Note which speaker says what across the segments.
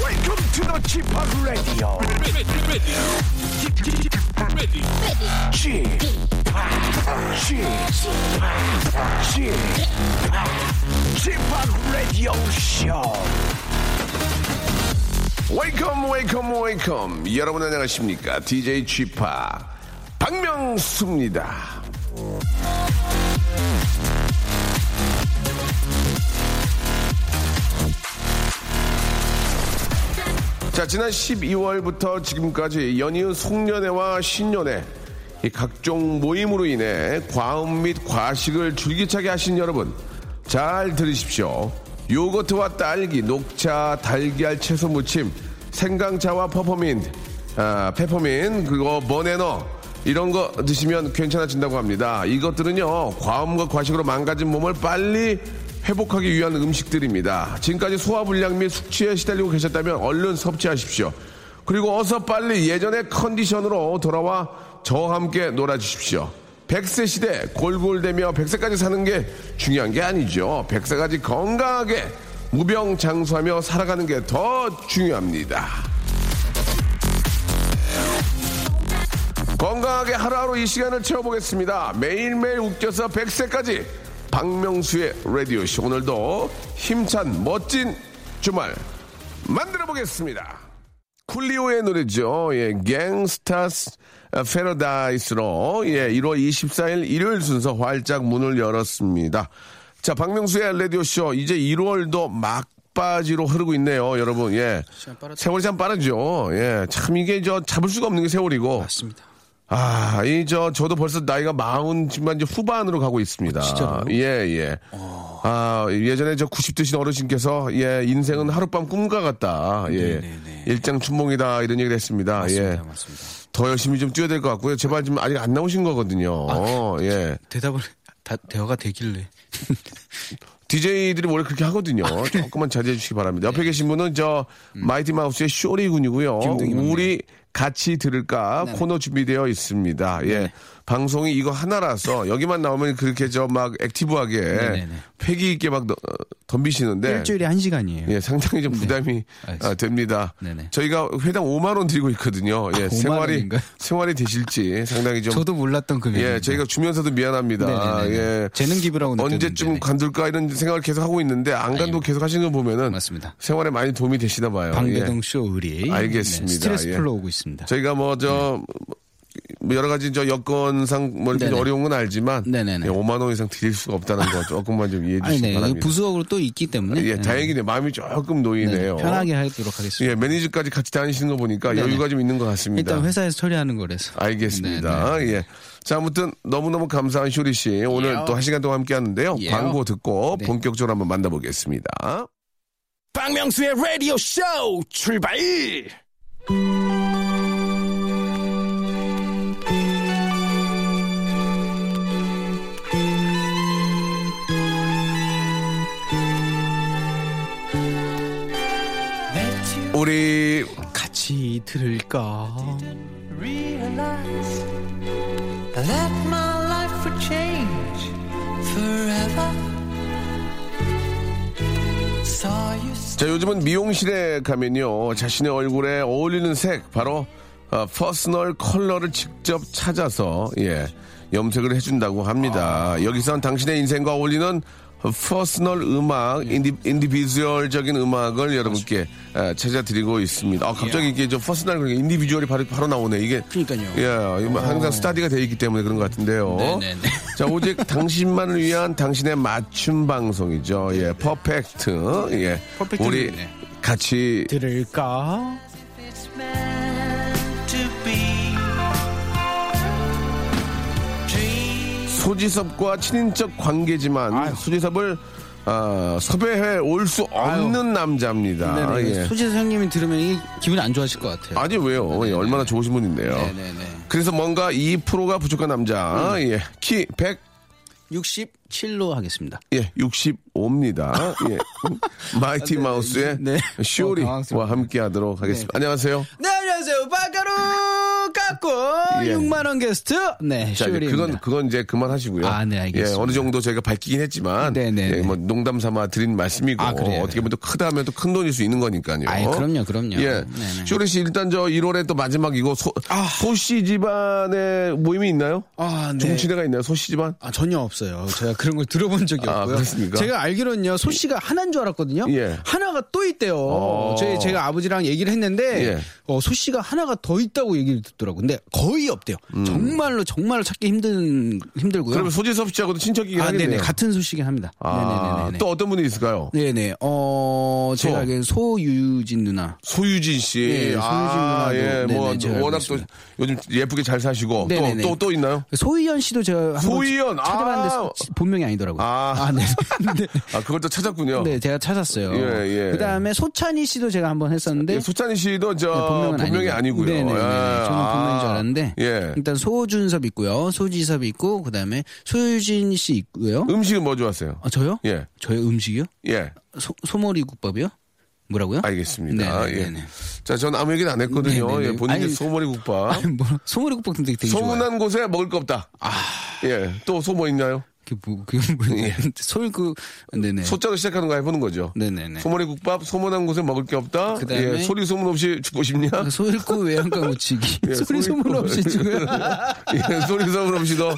Speaker 1: Welcome to the Chip Radio. Chip Chip Chip Radio Show.
Speaker 2: 웨이컴 웨이컴 웨이컴 여러분 안녕하십니까 DJ 취파 박명수입니다 자 지난 12월부터 지금까지 연이은 송년회와 신년회 이 각종 모임으로 인해 과음 및 과식을 줄기차게 하신 여러분 잘 들으십시오 요거트와 딸기, 녹차, 달걀, 채소 무침, 생강차와 퍼퍼민, 아, 페퍼민, 그리고 버네너 이런 거 드시면 괜찮아진다고 합니다. 이것들은요 과음과 과식으로 망가진 몸을 빨리 회복하기 위한 음식들입니다. 지금까지 소화불량 및 숙취에 시달리고 계셨다면 얼른 섭취하십시오. 그리고 어서 빨리 예전의 컨디션으로 돌아와 저와 함께 놀아주십시오. 100세 시대 골골대며 100세까지 사는 게 중요한 게 아니죠. 100세까지 건강하게 무병장수하며 살아가는 게 더 중요합니다. 건강하게 하루하루 이 시간을 채워보겠습니다. 매일매일 웃겨서 100세까지 박명수의 라디오쇼 오늘도 힘찬 멋진 주말 만들어 보겠습니다. 쿨리오의 노래죠. 예, 갱스타스 페러다이스로 예, 1월 24일 일요일 순서 활짝 문을 열었습니다. 자, 박명수의 라디오쇼 이제 1월도 막바지로 흐르고 있네요, 여러분. 예. 세월이 참 빠르죠. 예. 참 이게 저 잡을 수가 없는 게 세월이고.
Speaker 3: 맞습니다.
Speaker 2: 아, 이, 저, 저도 벌써 나이가 마흔 중반 이제 후반으로 가고 있습니다.
Speaker 3: 아,
Speaker 2: 진짜요? 예, 예.
Speaker 3: 어.
Speaker 2: 아, 예전에 저 90 드신 어르신께서, 예, 인생은 하룻밤 꿈과 같다. 예.
Speaker 3: 네네네.
Speaker 2: 일장 춘몽이다. 이런 얘기를 했습니다.
Speaker 3: 맞습니다.
Speaker 2: 예.
Speaker 3: 맞습니다.
Speaker 2: 더 열심히 좀 뛰어야 될 것 같고요. 제발 지금 아직 안 나오신 거거든요.
Speaker 3: 아,
Speaker 2: 예.
Speaker 3: 대답을 다 대화가 되길래
Speaker 2: DJ들이 원래 그렇게 하거든요.
Speaker 3: 아,
Speaker 2: 조금만 자제해 주시기 바랍니다. 옆에 계신 분은 저
Speaker 3: 음.
Speaker 2: 마이티 마우스의 쇼리 군이고요. 우리 같이 들을까
Speaker 3: 네,
Speaker 2: 코너 준비되어 있습니다. 예. 방송이 이거 하나라서 여기만 나오면 그렇게 저 막 액티브하게
Speaker 3: 네네네.
Speaker 2: 패기 있게 막 너- 어, 덤비시는데
Speaker 3: 일주일에 한 시간이에요.
Speaker 2: 예, 상당히 좀 부담이
Speaker 3: 알겠습니다.
Speaker 2: 아, 됩니다.
Speaker 3: 네네.
Speaker 2: 저희가 회당 5만 원 드리고 있거든요. 예,
Speaker 3: 5만
Speaker 2: 생활이
Speaker 3: 원인가요?
Speaker 2: 생활이 되실지 상당히 좀
Speaker 3: 저도 몰랐던 금액.
Speaker 2: 예, 저희가 주면서도 미안합니다.
Speaker 3: 네, 네네네.
Speaker 2: 예.
Speaker 3: 재능 기부라고
Speaker 2: 언제쯤
Speaker 3: 느꼈는데.
Speaker 2: 관둘까 이런 생각을 계속 하고 있는데 안 간도 계속 하시는 거 보면은
Speaker 3: 맞습니다.
Speaker 2: 생활에 많이 도움이 되시나 봐요.
Speaker 3: 방배동
Speaker 2: 예.
Speaker 3: 쇼 의리.
Speaker 2: 알겠습니다.
Speaker 3: 네, 스트레스
Speaker 2: 예.
Speaker 3: 풀러 오고 있습니다.
Speaker 2: 저희가 뭐 저뭐 여러 가지 저 여건상 뭐 이렇게
Speaker 3: 네. 네네. 어려운
Speaker 2: 어려운 건 알지만
Speaker 3: 네네네. 예,
Speaker 2: 5만 원 이상 드릴 수가 없다는 거 조금만 좀 이해해
Speaker 3: 아니,
Speaker 2: 주시기
Speaker 3: 네.
Speaker 2: 바랍니다.
Speaker 3: 부수적으로 또 있기 때문에.
Speaker 2: 예,
Speaker 3: 네.
Speaker 2: 다행이네. 마음이 조금
Speaker 3: 네,
Speaker 2: 놓이네요.
Speaker 3: 편하게 하도록 하겠습니다.
Speaker 2: 예, 매니저까지 같이 다니시는 거 보니까
Speaker 3: 네네.
Speaker 2: 여유가 좀 있는 것 같습니다. 아,
Speaker 3: 일단 회사에서 처리하는 거라서.
Speaker 2: 알겠습니다.
Speaker 3: 네, 네.
Speaker 2: 예. 자, 아무튼 너무너무 감사한 쇼리 씨. 오늘
Speaker 3: 예요.
Speaker 2: 또 한 시간 동안 함께 하는데요.
Speaker 3: 예요.
Speaker 2: 광고 듣고
Speaker 3: 네.
Speaker 2: 본격적으로 한번 만나보겠습니다.
Speaker 1: 박명수의 Radio Show 출발.
Speaker 2: 우리
Speaker 3: 같이 들을까?
Speaker 4: realize that my life would change forever. Saw you
Speaker 2: 자, 요즘은 미용실에 가면요. 자신의 얼굴에 어울리는 색, 바로 어, 퍼스널 컬러를 직접 찾아서 예, 염색을 해준다고 합니다. 여기선 당신의 인생과 어울리는 퍼스널 음악,
Speaker 3: 예.
Speaker 2: 인디, 인디비주얼적인 음악을 여러분께 예, 찾아드리고 있습니다. 아, 갑자기 이게 저 퍼스널, 그러니까 인디비주얼이 바로, 바로 나오네. 이게.
Speaker 3: 예. 그러니까요.
Speaker 2: 예, 이거 항상 스타디가 되어 있기 때문에 그런 것 같은데요.
Speaker 3: 네네네.
Speaker 2: 자, 오직 당신만을 위한 당신의 맞춤 방송이죠. 예, 퍼펙트. 예.
Speaker 3: 네, 퍼펙트
Speaker 2: 우리
Speaker 3: 네.
Speaker 2: 같이
Speaker 3: 들을까?
Speaker 4: it's meant to be. Dream
Speaker 2: 소지섭과 친인척 관계지만
Speaker 3: 아유.
Speaker 2: 소지섭을 어, 섭외해 올 수 없는 남자입니다.
Speaker 3: 네네.
Speaker 2: 예.
Speaker 3: 소지섭 형님이 들으면 이 기분이 안 좋아하실 것 같아요.
Speaker 2: 아니 왜요? 예, 얼마나 좋으신 분인데요.
Speaker 3: 네. 네네네. 음.
Speaker 2: 그래서 뭔가 2%가 부족한 남자. 예. 키 100,
Speaker 3: 67로 하겠습니다.
Speaker 2: 예, 65입니다. 예. 마이티 마우스의
Speaker 3: 네. 어,
Speaker 2: 쇼리와
Speaker 3: 당황스럽네.
Speaker 2: 함께 하도록 하겠습니다. 안녕하세요.
Speaker 3: 네 안녕하세요. 바가루 깎고
Speaker 2: 예.
Speaker 3: 6만 원 게스트. 네.
Speaker 2: 자, 이제
Speaker 3: 쇼리입니다.
Speaker 2: 그건, 그건 이제 그만하시고요.
Speaker 3: 아, 네, 알겠습니다.
Speaker 2: 예, 어느 정도 저희가 밝히긴 했지만.
Speaker 3: 네, 네,
Speaker 2: 예, 뭐 농담 삼아 드린 말씀이고.
Speaker 3: 아, 그래요?
Speaker 2: 어떻게 보면 또 크다 하면 또 큰 돈일 수 있는 거니까요.
Speaker 3: 아이, 그럼요, 그럼요.
Speaker 2: 예.
Speaker 3: 네, 네.
Speaker 2: 쇼리 씨, 일단 저 1월에 또 마지막 이거 소, 소씨 집안의 모임이 있나요?
Speaker 3: 아, 네.
Speaker 2: 종친회가 있나요? 소씨 집안?
Speaker 3: 아, 전혀 없어요. 제가 그런 걸 들어본 적이
Speaker 2: 아,
Speaker 3: 없고요.
Speaker 2: 그렇습니까?
Speaker 3: 제가 알기로는요, 소 씨가 하나인 줄 알았거든요.
Speaker 2: 예.
Speaker 3: 하나가 또 있대요.
Speaker 2: 어.
Speaker 3: 제, 제가 아버지랑 얘기를 했는데,
Speaker 2: 예.
Speaker 3: 어, 소 씨가 하나가 더 있다고 얘기를 듣더라고요. 근데 거의 없대요. 정말로, 정말로 찾기 힘든, 힘들고요.
Speaker 2: 음. 그러면 소지섭 씨하고도 친척이긴
Speaker 3: 아,
Speaker 2: 하겠네요.
Speaker 3: 네네. 같은 소식이 합니다.
Speaker 2: 아,
Speaker 3: 네네네네.
Speaker 2: 또 어떤 분이 있을까요?
Speaker 3: 네네. 어, 제가
Speaker 2: 소.
Speaker 3: 알기엔 소유진 누나.
Speaker 2: 소유진 씨.
Speaker 3: 예,
Speaker 2: 아,
Speaker 3: 소유진
Speaker 2: 예,
Speaker 3: 누나도.
Speaker 2: 뭐,
Speaker 3: 네네, 제가
Speaker 2: 워낙 또
Speaker 3: 알겠습니다.
Speaker 2: 요즘 예쁘게 잘 사시고. 또,
Speaker 3: 네네네.
Speaker 2: 또, 또 있나요?
Speaker 3: 소희연 씨도 제가 한번
Speaker 2: 소희연, 아.
Speaker 3: 찾아봤는데 소- 본명이 아니더라고요.
Speaker 2: 아.
Speaker 3: 네. 네.
Speaker 2: 아, 그걸 또 찾았군요.
Speaker 3: 네, 제가 찾았어요.
Speaker 2: 예, 예.
Speaker 3: 그 다음에 소찬희 씨도 제가 한번 했었는데.
Speaker 2: 예, 소찬희 씨도 저 본명은, 아니고요.
Speaker 3: 네, 네네네. 저는
Speaker 2: 예.
Speaker 3: 본명인 줄 알았는데. 음.
Speaker 2: 예.
Speaker 3: 일단 소준섭 있고요. 소지섭 있고, 그 다음에 소유진 씨 있고요.
Speaker 2: 음식은 뭐 좋아하세요?
Speaker 3: 아, 저요?
Speaker 2: 예.
Speaker 3: 저의 음식이요?
Speaker 2: 예.
Speaker 3: 소, 소머리 국밥이요? 뭐라고요?
Speaker 2: 알겠습니다.
Speaker 3: 네네,
Speaker 2: 예.
Speaker 3: 네네.
Speaker 2: 자, 전 아무 얘기는 안 했거든요.
Speaker 3: 네네네.
Speaker 2: 예, 본인의
Speaker 3: 아니,
Speaker 2: 소머리 국밥.
Speaker 3: 아니, 뭐, 소머리 국밥 근데 되게 좋아요. 아.
Speaker 2: 소문난 곳에 먹을 거 없다. 예. 또 소뭐 있나요?
Speaker 3: 그게 뭐, 그게 뭐, 솔그, 네네.
Speaker 2: 예. 소자로 시작하는 거 해보는 거죠.
Speaker 3: 네네네.
Speaker 2: 소머리 국밥, 소문난 곳에 먹을 게 없다.
Speaker 3: 그다음에-
Speaker 2: 예, 소리 소문 없이 죽고 싶냐?
Speaker 3: 아, 소일구 외양간 우치기.
Speaker 2: 예,
Speaker 3: 소리 소문 없이 지금.
Speaker 2: 예, 소리 소문 없이도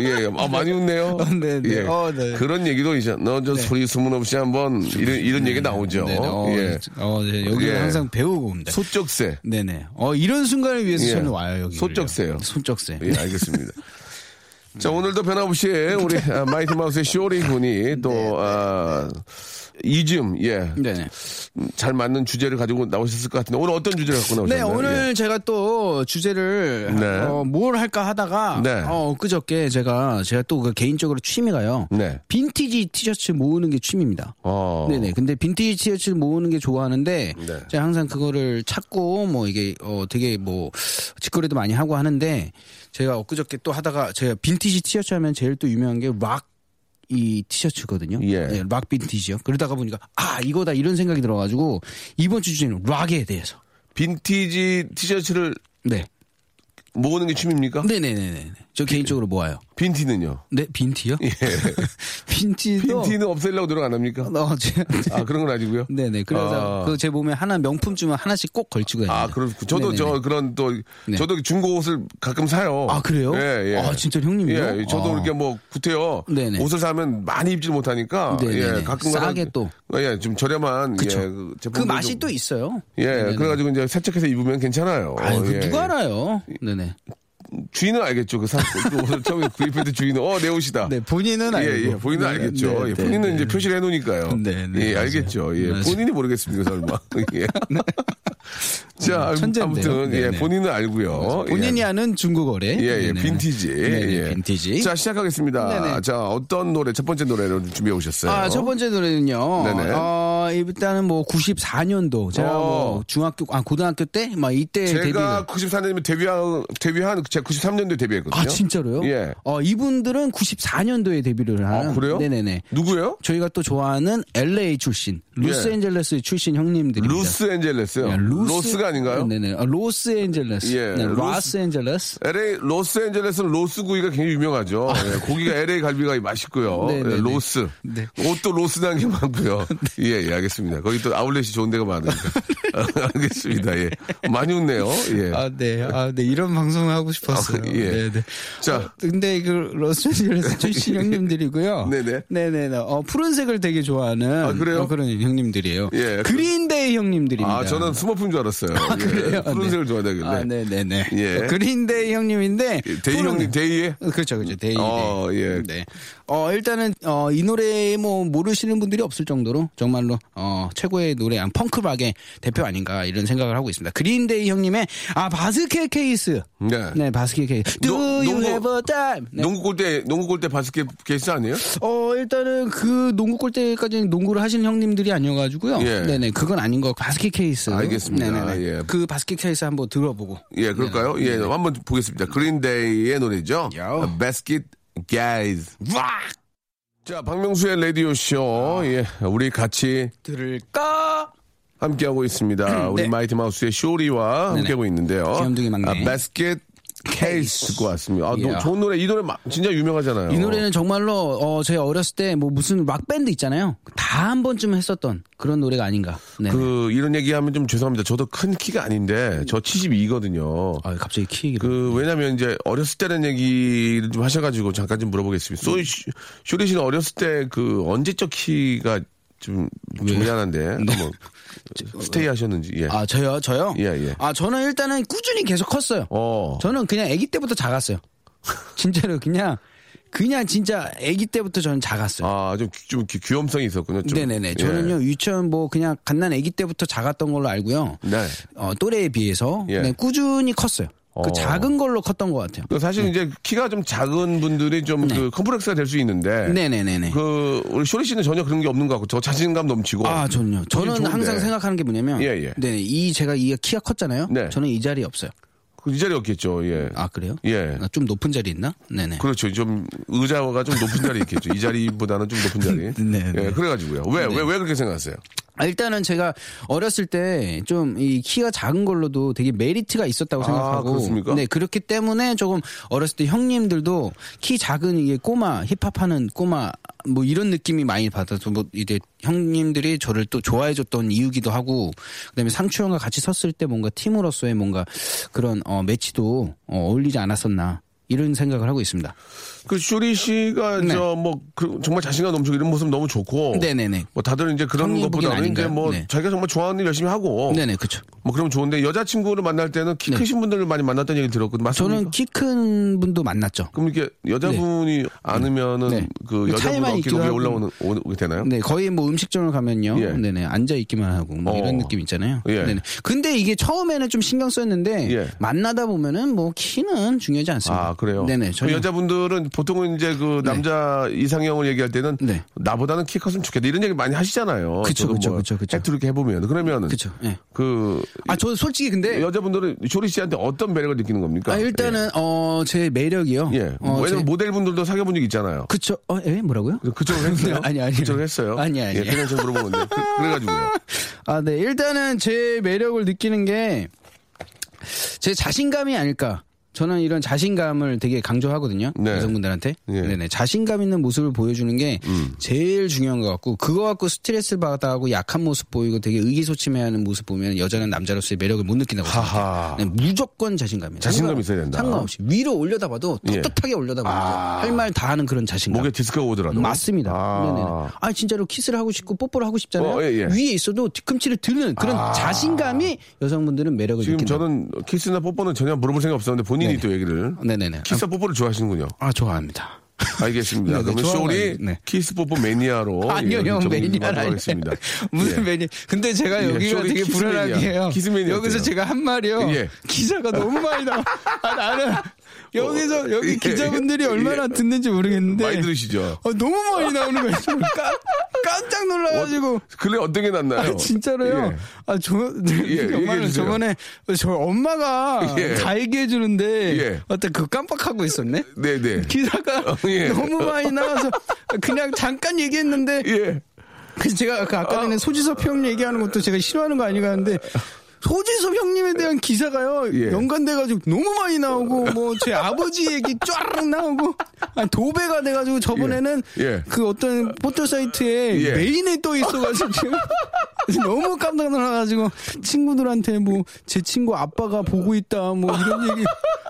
Speaker 2: 예, 아 많이 웃네요.
Speaker 3: 어, 네, 네.
Speaker 2: 예,
Speaker 3: 어, 네.
Speaker 2: 그런 얘기도 이제 너저 소리 소문 없이 한번 이런 이런 얘기 나오죠.
Speaker 3: 네네. 어,
Speaker 2: 예,
Speaker 3: 어, 네. 여기
Speaker 2: 예.
Speaker 3: 항상 배우고 옵니다.
Speaker 2: 소쩍새.
Speaker 3: 네네. 어, 이런 순간을 위해서
Speaker 2: 예.
Speaker 3: 저는 와요, 여기.
Speaker 2: 소쩍새요.
Speaker 3: 손적세.
Speaker 2: 예, 알겠습니다. 자, 오늘도 변함없이 우리 아, 마이티 마우스의 쇼리 군이
Speaker 3: 네,
Speaker 2: 또 아, 이즘 예,
Speaker 3: 네네.
Speaker 2: 잘 맞는 주제를 가지고 나오셨을 것 같은데 오늘 어떤 주제를 갖고
Speaker 3: 네,
Speaker 2: 나오셨나요? 예.
Speaker 3: 오늘 제가 또 주제를
Speaker 2: 네.
Speaker 3: 어, 뭘 할까 하다가
Speaker 2: 네.
Speaker 3: 어, 엊그저께 제가 제가 또그 개인적으로 취미가요.
Speaker 2: 네.
Speaker 3: 빈티지 티셔츠 모으는 게 취미입니다.
Speaker 2: 어.
Speaker 3: 네네. 근데 빈티지 티셔츠를 모으는 게 좋아하는데
Speaker 2: 네.
Speaker 3: 제가 항상 그거를 찾고 뭐 이게 어 되게 뭐 직거래도 많이 하고 하는데 제가 엊그저께 또 하다가 제가 빈티지 티셔츠 하면 제일 또 유명한 게 락 이 티셔츠거든요.
Speaker 2: 예.
Speaker 3: 네, 락 빈티지요. 그러다가 보니까 아 이거다 이런 생각이 들어가지고 이번 주 주제는 락에 대해서.
Speaker 2: 빈티지 티셔츠를
Speaker 3: 네.
Speaker 2: 모으는 게 취미입니까?
Speaker 3: 네네네네. 저 개인적으로 모아요.
Speaker 2: 빈티는요?
Speaker 3: 네, 빈티요? 예. 빈티도.
Speaker 2: 빈티는 없애려고 노력 안 합니까?
Speaker 3: 어, 제,
Speaker 2: 아 그런 건 아니고요.
Speaker 3: 네네. 그래서
Speaker 2: 아.
Speaker 3: 그 제 몸에 하나 명품 주면 하나씩 꼭 걸치고 다니요
Speaker 2: 아 그렇고 저도 저 그런 또
Speaker 3: 네.
Speaker 2: 저도 중고 옷을 가끔 사요.
Speaker 3: 아, 그래요?
Speaker 2: 예, 예.
Speaker 3: 아, 진짜 형님이요?
Speaker 2: 예, 저도
Speaker 3: 아.
Speaker 2: 이렇게 뭐 구태여
Speaker 3: 네네.
Speaker 2: 옷을 사면 많이 입질 못하니까
Speaker 3: 네네네.
Speaker 2: 예, 가끔
Speaker 3: 싸게 또.
Speaker 2: 예, 좀 저렴한
Speaker 3: 그쵸.
Speaker 2: 예, 그 제품들
Speaker 3: 그 맛이
Speaker 2: 좀-
Speaker 3: 또 있어요.
Speaker 2: 예,
Speaker 3: 네네.
Speaker 2: 그래가지고 이제 세척해서 입으면 괜찮아요.
Speaker 3: 아유, 그
Speaker 2: 예,
Speaker 3: 누가
Speaker 2: 예.
Speaker 3: 알아요? 네네.
Speaker 2: 주인은 알겠죠. 그, 사, 그 옷을 처음에 구입했던 주인은 어 내 옷이다.
Speaker 3: 네, 본인은 알고.
Speaker 2: 예, 예, 본인은
Speaker 3: 네,
Speaker 2: 알겠죠.
Speaker 3: 네,
Speaker 2: 예,
Speaker 3: 네,
Speaker 2: 본인은
Speaker 3: 네.
Speaker 2: 이제 표시를 해놓으니까요.
Speaker 3: 네, 네,
Speaker 2: 예,
Speaker 3: 맞아요.
Speaker 2: 알겠죠. 예,
Speaker 3: 맞아요.
Speaker 2: 본인이 모르겠습니다, 설마. 예. 자,
Speaker 3: 천재인데요.
Speaker 2: 아무튼,
Speaker 3: 네,
Speaker 2: 예,
Speaker 3: 네.
Speaker 2: 본인은 알고요.
Speaker 3: 본인이
Speaker 2: 예.
Speaker 3: 아는 중국어래.
Speaker 2: 예, 예, 빈티지.
Speaker 3: 네네,
Speaker 2: 예.
Speaker 3: 빈티지.
Speaker 2: 자, 시작하겠습니다.
Speaker 3: 네네.
Speaker 2: 자, 어떤 노래, 첫 번째 노래를 준비해 오셨어요?
Speaker 3: 아, 첫 번째 노래는요.
Speaker 2: 네네.
Speaker 3: 어, 일단은 뭐 94년도 제가
Speaker 2: 어.
Speaker 3: 뭐 중학교 아 고등학교 때 막 이때 데뷔를
Speaker 2: 제가 94년이면 데뷔한, 데뷔한, 제가 93년도에 데뷔했거든요.
Speaker 3: 아 진짜로요?
Speaker 2: 예.
Speaker 3: 어 이분들은 94년도에 데뷔를 한.
Speaker 2: 아, 그래요?
Speaker 3: 네네네.
Speaker 2: 누구예요?
Speaker 3: 저희가 또 좋아하는 LA 출신, 로스앤젤레스 출신 형님들입니다.
Speaker 2: 루스앤젤레스요. 아,
Speaker 3: 네,
Speaker 2: 예. 로스가 아닌가요?
Speaker 3: 네네. 아, 로스앤젤레스.
Speaker 2: 예,
Speaker 3: 네,
Speaker 2: 로스-
Speaker 3: 로스앤젤레스.
Speaker 2: LA 로스앤젤레스는 로스 구이가 굉장히 유명하죠. 예, 고기가 LA 갈비가 맛있고요.
Speaker 3: 아, 네, 네,
Speaker 2: 예,
Speaker 3: 네.
Speaker 2: 로스.
Speaker 3: 네.
Speaker 2: 옷도 로스다는 게 많고요. 예, 예, 알겠습니다. 거기 또 아울렛이 좋은 데가 많으니까. 알겠습니다. 예. 많이 웃네요. 예.
Speaker 3: 네. 아, 네. 아, 네. 이런 방송을 하고 싶었어요.
Speaker 2: 아, 예.
Speaker 3: 네, 네.
Speaker 2: 자.
Speaker 3: 어, 근데 그 로스앤젤레스 출신 형님들이고요.
Speaker 2: 네네.
Speaker 3: 네네네. 어, 푸른색을 되게 좋아하는
Speaker 2: 아, 그래요?
Speaker 3: 어, 그런 형님들이에요.
Speaker 2: 예, 그-
Speaker 3: 그린데이 형님들입니다.
Speaker 2: 아, 저는 스모프인 줄 알았어요. 아,
Speaker 3: 네. 그래요?
Speaker 2: 푸른색을
Speaker 3: 네.
Speaker 2: 좋아하다길래.
Speaker 3: 아, 네네네.
Speaker 2: 예.
Speaker 3: 어, 그린데이 형님인데.
Speaker 2: 데이
Speaker 3: 푸른-
Speaker 2: 형님, 데이에?
Speaker 3: 어, 그렇죠, 그렇죠. 데이.
Speaker 2: 어,
Speaker 3: 데이.
Speaker 2: 예.
Speaker 3: 네. 어, 일단은, 어, 이 노래 뭐, 모르시는 분들이 없을 정도로 정말로, 어, 최고의 노래, 아, 펑크락의 대표 아닌가, 이런 생각을 하고 있습니다. 그린데이 형님의, 아, 바스켓 케이스.
Speaker 2: 네.
Speaker 3: 바스켓 바스켓 케이스. Do
Speaker 2: 농-
Speaker 3: you
Speaker 2: 농구-
Speaker 3: have a dime? 네.
Speaker 2: 농구 골대 농구 골대 바스켓 케이스 아니에요?
Speaker 3: 어 일단은 그 농구 골대까지는 농구를 하시는 형님들이 아니어가지고요.
Speaker 2: 예.
Speaker 3: 네네 그건 아닌 거 바스켓 케이스.
Speaker 2: 알겠습니다.
Speaker 3: 네네네.
Speaker 2: 예.
Speaker 3: 그 바스켓 케이스 한번 들어보고.
Speaker 2: 예, 그럴까요? 예, 한번 보겠습니다. 그린데이의 노래죠.
Speaker 3: 네, 야오.
Speaker 2: Basket Guys. 자, 박명수의 라디오 쇼.
Speaker 3: 아.
Speaker 2: 예, 우리 같이
Speaker 3: 들을까?
Speaker 2: 함께하고 있습니다. 우리
Speaker 3: 네.
Speaker 2: 마이티 마우스의 쇼리와 함께하고 있는데요.
Speaker 3: 귀염둥이 막내.
Speaker 2: 아, Basket Case 듣고 왔습니다. 아, 노-
Speaker 3: 야.
Speaker 2: 좋은 노래. 이 노래 마- 진짜 유명하잖아요.
Speaker 3: 이 노래는 정말로 어, 제가 어렸을 때 뭐 무슨 락 밴드 있잖아요. 다 한 번쯤 했었던 그런 노래가 아닌가. 네.
Speaker 2: 그 이런 얘기하면 좀 죄송합니다. 저도 큰 키가 아닌데
Speaker 3: 네.
Speaker 2: 저 72거든요.
Speaker 3: 아 갑자기 키 얘기를.
Speaker 2: 그 왜냐면 이제 어렸을 때는 얘기를 좀 하셔가지고 잠깐 좀 물어보겠습니다. 소이 쇼- 쇼리 씨는 어렸을 때 그 언제적 키가 좀, 좀 미안한데 한번 스테이 하셨는지 예.
Speaker 3: 네. 아 저요 저요.
Speaker 2: 예, 예.
Speaker 3: 아 저는 일단은 꾸준히 계속 컸어요.
Speaker 2: 어.
Speaker 3: 저는 그냥 아기 때부터 작았어요. 진짜로 그냥 그냥 진짜 아기 때부터 저는 작았어요.
Speaker 2: 아좀 좀 귀염성이 있었군요. 좀.
Speaker 3: 네네네.
Speaker 2: 예.
Speaker 3: 저는요 유치원 뭐 그냥 갓난 아기 때부터 작았던 걸로 알고요.
Speaker 2: 네.
Speaker 3: 어, 또래에 비해서
Speaker 2: 예.
Speaker 3: 네, 꾸준히 컸어요.
Speaker 2: 어.
Speaker 3: 그 작은 걸로 컸던 것 같아요.
Speaker 2: 그 사실 이제 키가 좀 작은 분들이 좀 그 컴플렉스가 될 수 있는데
Speaker 3: 네. 네네네네.
Speaker 2: 그 우리 쇼리 씨는 전혀 그런 게 없는 것 같고 저 자신감 넘치고
Speaker 3: 아, 저는요. 저는
Speaker 2: 예. 좋은데.
Speaker 3: 항상 생각하는 게 뭐냐면,
Speaker 2: 예, 예.
Speaker 3: 네, 이 제가 이 키가 컸잖아요.
Speaker 2: 네.
Speaker 3: 저는 이 자리에 없어요.
Speaker 2: 그이 자리 없겠죠. 예.
Speaker 3: 아 그래요?
Speaker 2: 예.
Speaker 3: 아, 좀 높은 자리 있나? 네네.
Speaker 2: 그렇죠. 좀 의자가 좀 높은 자리 있겠죠. 이 자리보다는 좀 높은 자리.
Speaker 3: 네, 네.
Speaker 2: 예, 그래가지고요. 왜, 왜, 왜 그렇게 생각하세요?
Speaker 3: 아, 일단은 제가 어렸을 때 좀 이 키가 작은 걸로도 되게 메리트가 있었다고
Speaker 2: 아,
Speaker 3: 생각하고,
Speaker 2: 그렇습니까?
Speaker 3: 네 그렇기 때문에 조금 어렸을 때 형님들도 키 작은 이게 꼬마 힙합하는 꼬마 뭐 이런 느낌이 많이 받아서 뭐 이제 형님들이 저를 또 좋아해줬던 이유기도 하고, 그다음에 상추형과 같이 섰을 때 뭔가 팀으로서의 뭔가 그런 어, 매치도 어, 어울리지 않았었나 이런 생각을 하고 있습니다.
Speaker 2: 그 쇼리 씨가
Speaker 3: 네.
Speaker 2: 저 뭐 정말 자신감 넘치고 이런 모습 너무 좋고.
Speaker 3: 네네네.
Speaker 2: 뭐 다들 이제 그런
Speaker 3: 형님
Speaker 2: 것보다는
Speaker 3: 보기엔
Speaker 2: 이제 뭐
Speaker 3: 아닌가요? 네.
Speaker 2: 자기가 정말 좋아하는 일 열심히 하고.
Speaker 3: 네네 그렇죠.
Speaker 2: 뭐 그러면 좋은데 여자친구를 만날 때는 키
Speaker 3: 네.
Speaker 2: 크신 분들을 많이 만났다는 얘기 들었거든요. 맞습니까?
Speaker 3: 저는 키 큰 분도 만났죠.
Speaker 2: 그럼 이렇게 여자분이 안으면은
Speaker 3: 네.
Speaker 2: 그
Speaker 3: 그
Speaker 2: 여자분
Speaker 3: 차이만 있기도
Speaker 2: 어깨가 위에
Speaker 3: 하고.
Speaker 2: 올라오는, 오게 되나요?
Speaker 3: 네, 거의 뭐 음식점을 가면요.
Speaker 2: 예.
Speaker 3: 네네, 앉아있기만 하고, 뭐
Speaker 2: 어.
Speaker 3: 이런 느낌 있잖아요.
Speaker 2: 예.
Speaker 3: 네네. 근데 이게 처음에는 좀 신경 썼는데,
Speaker 2: 예.
Speaker 3: 만나다 보면은 뭐 키는 중요하지 않습니다.
Speaker 2: 아 그래요.
Speaker 3: 네네.
Speaker 2: 그
Speaker 3: 전혀.
Speaker 2: 여자분들은 보통은 이제 그 남자 이상형을 얘기할 때는
Speaker 3: 네.
Speaker 2: 나보다는 키 컸으면 좋겠다 이런 얘기 많이 하시잖아요.
Speaker 3: 그쵸,
Speaker 2: 저도
Speaker 3: 그쵸,
Speaker 2: 뭐
Speaker 3: 그쵸, 그쵸.
Speaker 2: 팩트로 이렇게 해보면 그러면은
Speaker 3: 그쵸, 예.
Speaker 2: 그
Speaker 3: 아, 저 솔직히 근데.
Speaker 2: 여자분들은 쇼리 씨한테 어떤 매력을 느끼는 겁니까?
Speaker 3: 아, 일단은, 어, 제 매력이요.
Speaker 2: 예. 예.
Speaker 3: 어,
Speaker 2: 왜냐면
Speaker 3: 제-
Speaker 2: 모델분들도 사귀어본 적 있잖아요.
Speaker 3: 그쵸, 어, 예, 뭐라고요?
Speaker 2: 그- 그쪽으로 했어요?
Speaker 3: 아니, 아니.
Speaker 2: 그쪽으로 했어요?
Speaker 3: 아니, 아니.
Speaker 2: 예, 그냥 좀 물어본 건데. 그, 그래가지고요.
Speaker 3: 아, 네. 일단은 제 매력을 느끼는 게, 제 자신감이 아닐까. 저는 이런 자신감을 되게 강조하거든요.
Speaker 2: 네.
Speaker 3: 여성분들한테.
Speaker 2: 예. 음.
Speaker 3: 네네. 자신감 있는 모습을 보여주는 게 제일 중요한 것 같고, 그거 갖고 스트레스 받아하고 약한 모습 보이고 되게 의기소침해하는 모습 보면 여자는 남자로서의 매력을 못 느낀다고
Speaker 2: 하하.
Speaker 3: 생각해요. 네, 무조건 자신감이에요.
Speaker 2: 자신감이
Speaker 3: 상관-
Speaker 2: 있어야 된다.
Speaker 3: 상관없이. 위로 올려다봐도
Speaker 2: 예.
Speaker 3: 떳떳하게 올려다봐도
Speaker 2: 아.
Speaker 3: 할 말 다 하는 그런 자신감.
Speaker 2: 목에 디스크가 오더라도.
Speaker 3: 맞습니다.
Speaker 2: 아.
Speaker 3: 네네네. 아 진짜로 키스를 하고 싶고 뽀뽀를 하고 싶잖아요.
Speaker 2: 어, 예, 예.
Speaker 3: 위에 있어도 뒤꿈치를 드는 그런 자신감이 여성분들은 매력을
Speaker 2: 지금
Speaker 3: 느낀다.
Speaker 2: 저는 키스나 뽀뽀는 전혀 물어볼 생각 없었는데 본인이
Speaker 3: 네.
Speaker 2: 또 얘기를.
Speaker 3: 네네네.
Speaker 2: 키스나 뽀뽀를 좋아하시는군요.
Speaker 3: 아 좋아합니다.
Speaker 2: 알겠습니다.
Speaker 3: 네, 네,
Speaker 2: 그러면
Speaker 3: 좋아하는
Speaker 2: 쇼리
Speaker 3: 거 네.
Speaker 2: 키스 뽀뽀 매니아로
Speaker 3: 아니요
Speaker 2: 예,
Speaker 3: 형
Speaker 2: 좀
Speaker 3: 매니아라
Speaker 2: 하도록 하겠습니다.
Speaker 3: 무슨
Speaker 2: 예.
Speaker 3: 매니? 근데 제가
Speaker 2: 예,
Speaker 3: 여기가
Speaker 2: 쇼리
Speaker 3: 되게
Speaker 2: 키스
Speaker 3: 불안한
Speaker 2: 매니아.
Speaker 3: 게요.
Speaker 2: 키스 매니아
Speaker 3: 여기서
Speaker 2: 어때요?
Speaker 3: 제가 한 말이요.
Speaker 2: 예. 어,
Speaker 3: 기사가 너무 많이 나와. 아, 나는 여기서
Speaker 2: 예,
Speaker 3: 여기
Speaker 2: 예.
Speaker 3: 기자분들이
Speaker 2: 예.
Speaker 3: 얼마나 듣는지 모르겠는데
Speaker 2: 많이 들으시죠.
Speaker 3: 아, 너무 많이 나오는 거예요. 저는 깜- 깜짝 놀라가지고.
Speaker 2: 근래 어떤 게 낫나요?
Speaker 3: 아, 진짜로요.
Speaker 2: 예.
Speaker 3: 아, 저,
Speaker 2: 예, 얘기해
Speaker 3: 정말
Speaker 2: 주세요.
Speaker 3: 저번에 저 엄마가
Speaker 2: 예.
Speaker 3: 다 얘기해 주는데
Speaker 2: 예.
Speaker 3: 어때 그 깜빡하고 있었네.
Speaker 2: 네, 네.
Speaker 3: 기사가
Speaker 2: 어, 예.
Speaker 3: 너무 많이 나와서 그냥 잠깐 얘기했는데
Speaker 2: 예.
Speaker 3: 그래서 제가 그 아까 전에 소지섭 형 얘기하는 것도 제가 싫어하는 거 아닌가 하는데 소지섭 형님에 대한 기사가요
Speaker 2: 예.
Speaker 3: 연관돼가지고 너무 많이 나오고 뭐 제 아버지 얘기 쫙 나오고 아니, 도배가 돼가지고 저번에는
Speaker 2: 예. 예.
Speaker 3: 그 어떤 포털 사이트에
Speaker 2: 예.
Speaker 3: 메인에 떠 있어가지고 너무 깜짝 놀라가지고 친구들한테 뭐 제 친구 아빠가 보고 있다 뭐 이런 얘기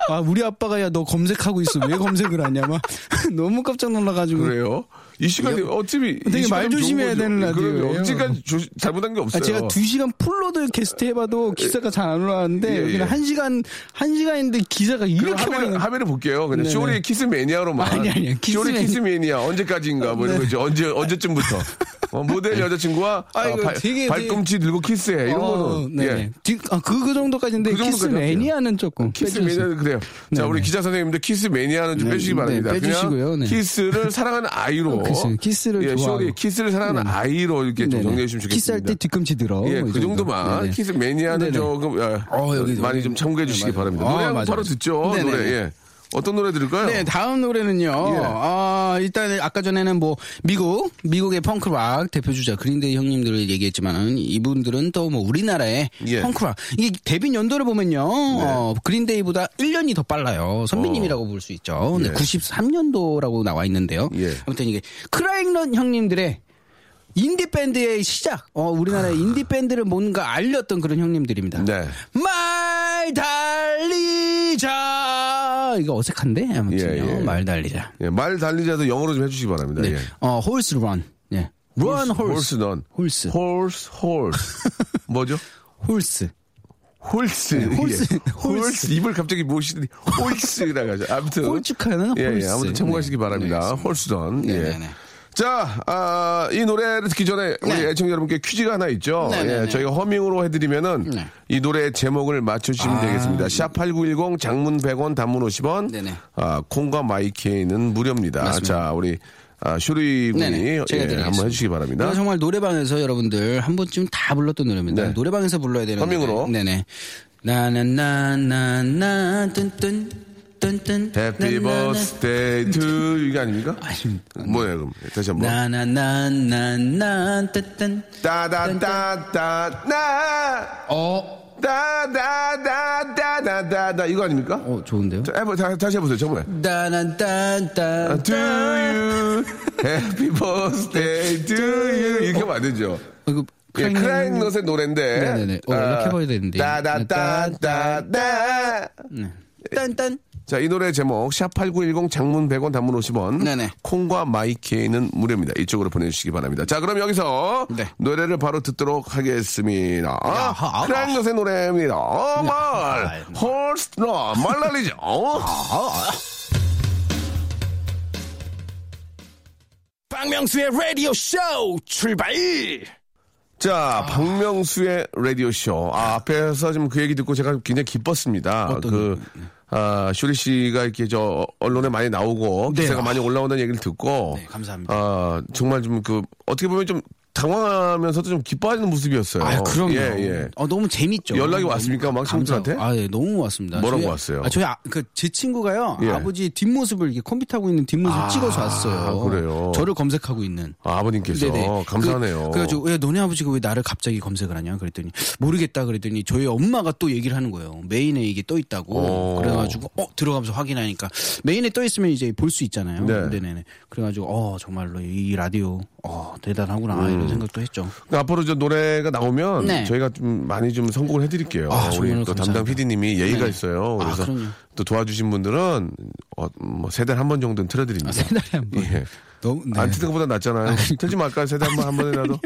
Speaker 3: 아 우리 아빠가 야 너 검색하고 있어 왜 검색을 하냐 막 너무 깜짝 놀라가지고
Speaker 2: 그래요? 이 시간에 어차피
Speaker 3: 되게
Speaker 2: 이 시간에
Speaker 3: 말
Speaker 2: 좋은
Speaker 3: 조심해야
Speaker 2: 거죠.
Speaker 3: 되는 라디오예요.
Speaker 2: 그럼요. 언제까지 조- 잘못한 게 없어요.
Speaker 3: 아, 제가 두 시간 풀로도 게스트 해봐도 기사가 잘 안 올라왔는데
Speaker 2: 예, 예.
Speaker 3: 여기는 한 시간 한 시간인데 기사가
Speaker 2: 그럼
Speaker 3: 이렇게 많이
Speaker 2: 화면을,
Speaker 3: 나-
Speaker 2: 화면을 볼게요. 그냥
Speaker 3: 네네.
Speaker 2: 쇼리의 키스 매니아로만.
Speaker 3: 아니, 네. 아니요. 키스
Speaker 2: 쇼리
Speaker 3: 매니아.
Speaker 2: 키스 매니아 언제까지인가 뭐 이런 거죠. 언제 언제쯤부터. 어, 모델 여자친구와
Speaker 3: 아,
Speaker 2: 어,
Speaker 3: 이거
Speaker 2: 발,
Speaker 3: 되게-
Speaker 2: 발꿈치 들고 키스해 아, 이런 거는
Speaker 3: 네.
Speaker 2: 예.
Speaker 3: 아, 그, 그 정도까지인데
Speaker 2: 그
Speaker 3: 키스
Speaker 2: 정도까지 할게요.
Speaker 3: 매니아는 조금.
Speaker 2: 키스
Speaker 3: 빼주세요.
Speaker 2: 매니아는 그래요.
Speaker 3: 네,
Speaker 2: 자 우리
Speaker 3: 네.
Speaker 2: 기자 선생님도 키스 매니아는 좀
Speaker 3: 네,
Speaker 2: 빼주시기
Speaker 3: 네,
Speaker 2: 바랍니다.
Speaker 3: 빼주시고요.
Speaker 2: 그냥
Speaker 3: 네. 어,
Speaker 2: 키스를 사랑하는 아이로.
Speaker 3: 그치, 키스를
Speaker 2: 예,
Speaker 3: 좋아하고.
Speaker 2: 쇼리 키스를 사랑하는
Speaker 3: 네.
Speaker 2: 아이로 이렇게 좀
Speaker 3: 네네.
Speaker 2: 정리해 주시면 좋겠습니다.
Speaker 3: 키스할 때 뒤꿈치 들어.
Speaker 2: 예,
Speaker 3: 뭐이
Speaker 2: 그 정도만.
Speaker 3: 네네.
Speaker 2: 키스 매니아는
Speaker 3: 네네.
Speaker 2: 조금 예,
Speaker 3: 어, 여기
Speaker 2: 많이
Speaker 3: 여기.
Speaker 2: 좀 참고해 주시기
Speaker 3: 네, 맞아요.
Speaker 2: 바랍니다.
Speaker 3: 아,
Speaker 2: 노래 한번
Speaker 3: 맞아요.
Speaker 2: 바로 듣죠.
Speaker 3: 네네네.
Speaker 2: 노래. 예. 어떤 노래 들을까요? 예.
Speaker 3: 네, 다음 노래는요. 아, 일단 아까 전에는 뭐 미국, 미국의 펑크락 대표 주자 그린데이 형님들을 얘기했지만은 이분들은 또 뭐 우리나라의
Speaker 2: 예. 네.
Speaker 3: 펑크락. 이게 데뷔 연도를 보면요. 어, 그린데이보다 1년이 더 빨라요. 선배님이라고 볼 수 있죠.
Speaker 2: 예.
Speaker 3: 네, 93년도라고 나와 있는데요.
Speaker 2: 예.
Speaker 3: 아무튼 이게 크라잉런 형님들의 인디 밴드의 시작. 어, 우리나라의 인디 밴드를 뭔가 알렸던 그런 형님들입니다.
Speaker 2: 아. 네.
Speaker 3: 말 달리자. 이거 어색한데 아무튼요.
Speaker 2: 예, 예.
Speaker 3: 말 달리자.
Speaker 2: 예, 말 달리자도 영어로 좀 해주시기 바랍니다.
Speaker 3: 네.
Speaker 2: 예.
Speaker 3: 어, 홀스 런. 예. 런 홀스.
Speaker 2: 넌.
Speaker 3: 홀스.
Speaker 2: 홀스, 홀스. 뭐죠?
Speaker 3: 네,
Speaker 2: 홀스.
Speaker 3: 홀스. 홀스,
Speaker 2: 예.
Speaker 3: 홀스.
Speaker 2: 홀스. 입을 갑자기 모시더니 홀스라고 하죠. 아무튼.
Speaker 3: 홀쭉하는
Speaker 2: 예, 예.
Speaker 3: 홀스.
Speaker 2: 아무튼 참고하시기
Speaker 3: 네.
Speaker 2: 바랍니다.
Speaker 3: 네, 알겠습니다.
Speaker 2: 홀스던.
Speaker 3: 네,
Speaker 2: 예.
Speaker 3: 네, 네.
Speaker 2: 자, 아, 이 노래를 듣기 전에 우리
Speaker 3: 네.
Speaker 2: 애청자 여러분께 퀴즈가 하나 있죠.
Speaker 3: 네, 네,
Speaker 2: 예,
Speaker 3: 네.
Speaker 2: 저희가 허밍으로 해드리면은
Speaker 3: 네. 아.
Speaker 2: 이 노래의 제목을 맞춰주시면 되겠습니다. 샵8910 장문 100원 단문 50원.
Speaker 3: 네, 네.
Speaker 2: 아, 콩과 마이케이는 무료입니다. 자, 우리 아, 쇼리 군이
Speaker 3: 네네. 제가
Speaker 2: 예,
Speaker 3: 드리겠습니다.
Speaker 2: 한번 해주시기 바랍니다.
Speaker 3: 이거 정말 노래방에서 여러분들 한 번쯤 다 불렀던 노래입니다.
Speaker 2: 네.
Speaker 3: 노래방에서 불러야 되는
Speaker 2: 서명으로.
Speaker 3: 노래. 네네. 나나나나나 뚠뚠 뚠뚠
Speaker 2: Happy birthday to 이게 아닙니까?
Speaker 3: 네, 아닙니다. 네.
Speaker 2: 뭐예요 그럼 다시 한번.
Speaker 3: 나나나나나 뚠뚠
Speaker 2: 따다따따나
Speaker 3: 어?
Speaker 2: 따다다다다다다 이거 아닙니까?
Speaker 3: 어 좋은데요?
Speaker 2: 자, 해보, 다, 다시 해보세요 정말.
Speaker 3: 따난딴딴 어,
Speaker 2: To you, happy birthday to you 이렇게 하면 안 되죠.
Speaker 3: 이거
Speaker 2: 예, 크라잉넛의 노래인데. 아,
Speaker 3: 네네네. 어, 연락해봐야 되는데.
Speaker 2: 따다따따따.
Speaker 3: 네. 딴딴
Speaker 2: 자, 이 노래 제목 샵8910 장문 100원 단문 50원.
Speaker 3: 네네.
Speaker 2: 콩과 마이케이는 무료입니다. 이쪽으로 보내 주시기 바랍니다. 자, 그럼 여기서
Speaker 3: 네.
Speaker 2: 노래를 바로 듣도록 하겠습니다.
Speaker 3: 야하. 아, 네.
Speaker 2: 크라잉넛의 노래입니다. 어, 말. 홀스 너 말라리죠. 어?
Speaker 1: 박명수의 라디오 쇼 출발.
Speaker 2: 자, 박명수의 라디오 쇼. 아, 앞에서 지금 그 얘기 듣고 제가 굉장히 기뻤습니다.
Speaker 3: 어떤
Speaker 2: 그 아, 쇼리 씨가 이렇게 저 언론에 많이 나오고
Speaker 3: 네.
Speaker 2: 기사가
Speaker 3: 아.
Speaker 2: 많이 올라오는 얘기를 듣고
Speaker 3: 네, 감사합니다.
Speaker 2: 아, 정말 좀 그 어떻게 보면 좀 당황하면서도 좀 기뻐하는 모습이었어요.
Speaker 3: 아 그럼요.
Speaker 2: 예, 예.
Speaker 3: 어 너무 재밌죠.
Speaker 2: 연락이 왔습니까? 막 친구들한테?
Speaker 3: 아예 너무 왔습니다.
Speaker 2: 뭐라고
Speaker 3: 저희-
Speaker 2: 왔어요?
Speaker 3: 아, 저희 아, 그제 친구가요.
Speaker 2: 예. 아,
Speaker 3: 아버지 뒷모습을 이렇게 컴퓨터 하고 있는 뒷모습 을 찍어서 왔어요.
Speaker 2: 그래요?
Speaker 3: 저를 검색하고 있는.
Speaker 2: 아, 버님께서 감사하네요.
Speaker 3: 그, 그래가지고 왜 너네 아버지가 왜 나를 갑자기 검색을 하냐 그랬더니 모르겠다 그랬더니 저희 엄마가 또 얘기를 하는 거예요. 메인에 이게 떠 있다고.
Speaker 2: 오.
Speaker 3: 그래가지고 어 들어가면서 확인하니까 메인에 떠 있으면 이제 볼 수 있잖아요.
Speaker 2: 네.
Speaker 3: 네. 네네 그래가지고 어 정말로 이 라디오 어 대단하구나
Speaker 2: 음.
Speaker 3: 이런 생각도 했죠.
Speaker 2: 그러니까 앞으로 저 노래가 나오면
Speaker 3: 네.
Speaker 2: 저희가 좀 많이 좀 선곡을 해드릴게요.
Speaker 3: 아,
Speaker 2: 우리
Speaker 3: 정말로
Speaker 2: 또
Speaker 3: 감사합니다.
Speaker 2: 담당 PD님이 예의가
Speaker 3: 네네.
Speaker 2: 있어요.
Speaker 3: 아,
Speaker 2: 그래서
Speaker 3: 그럼요.
Speaker 2: 또 도와주신 분들은 어, 뭐 세달 한 번 정도는 틀어드립니다.
Speaker 3: 아, 세 달에 한 번.
Speaker 2: 예.
Speaker 3: 너무 네.
Speaker 2: 안 트는 것보다 낫잖아요. 틀지 말까요? 세 달에 한 번, 한 번이라도?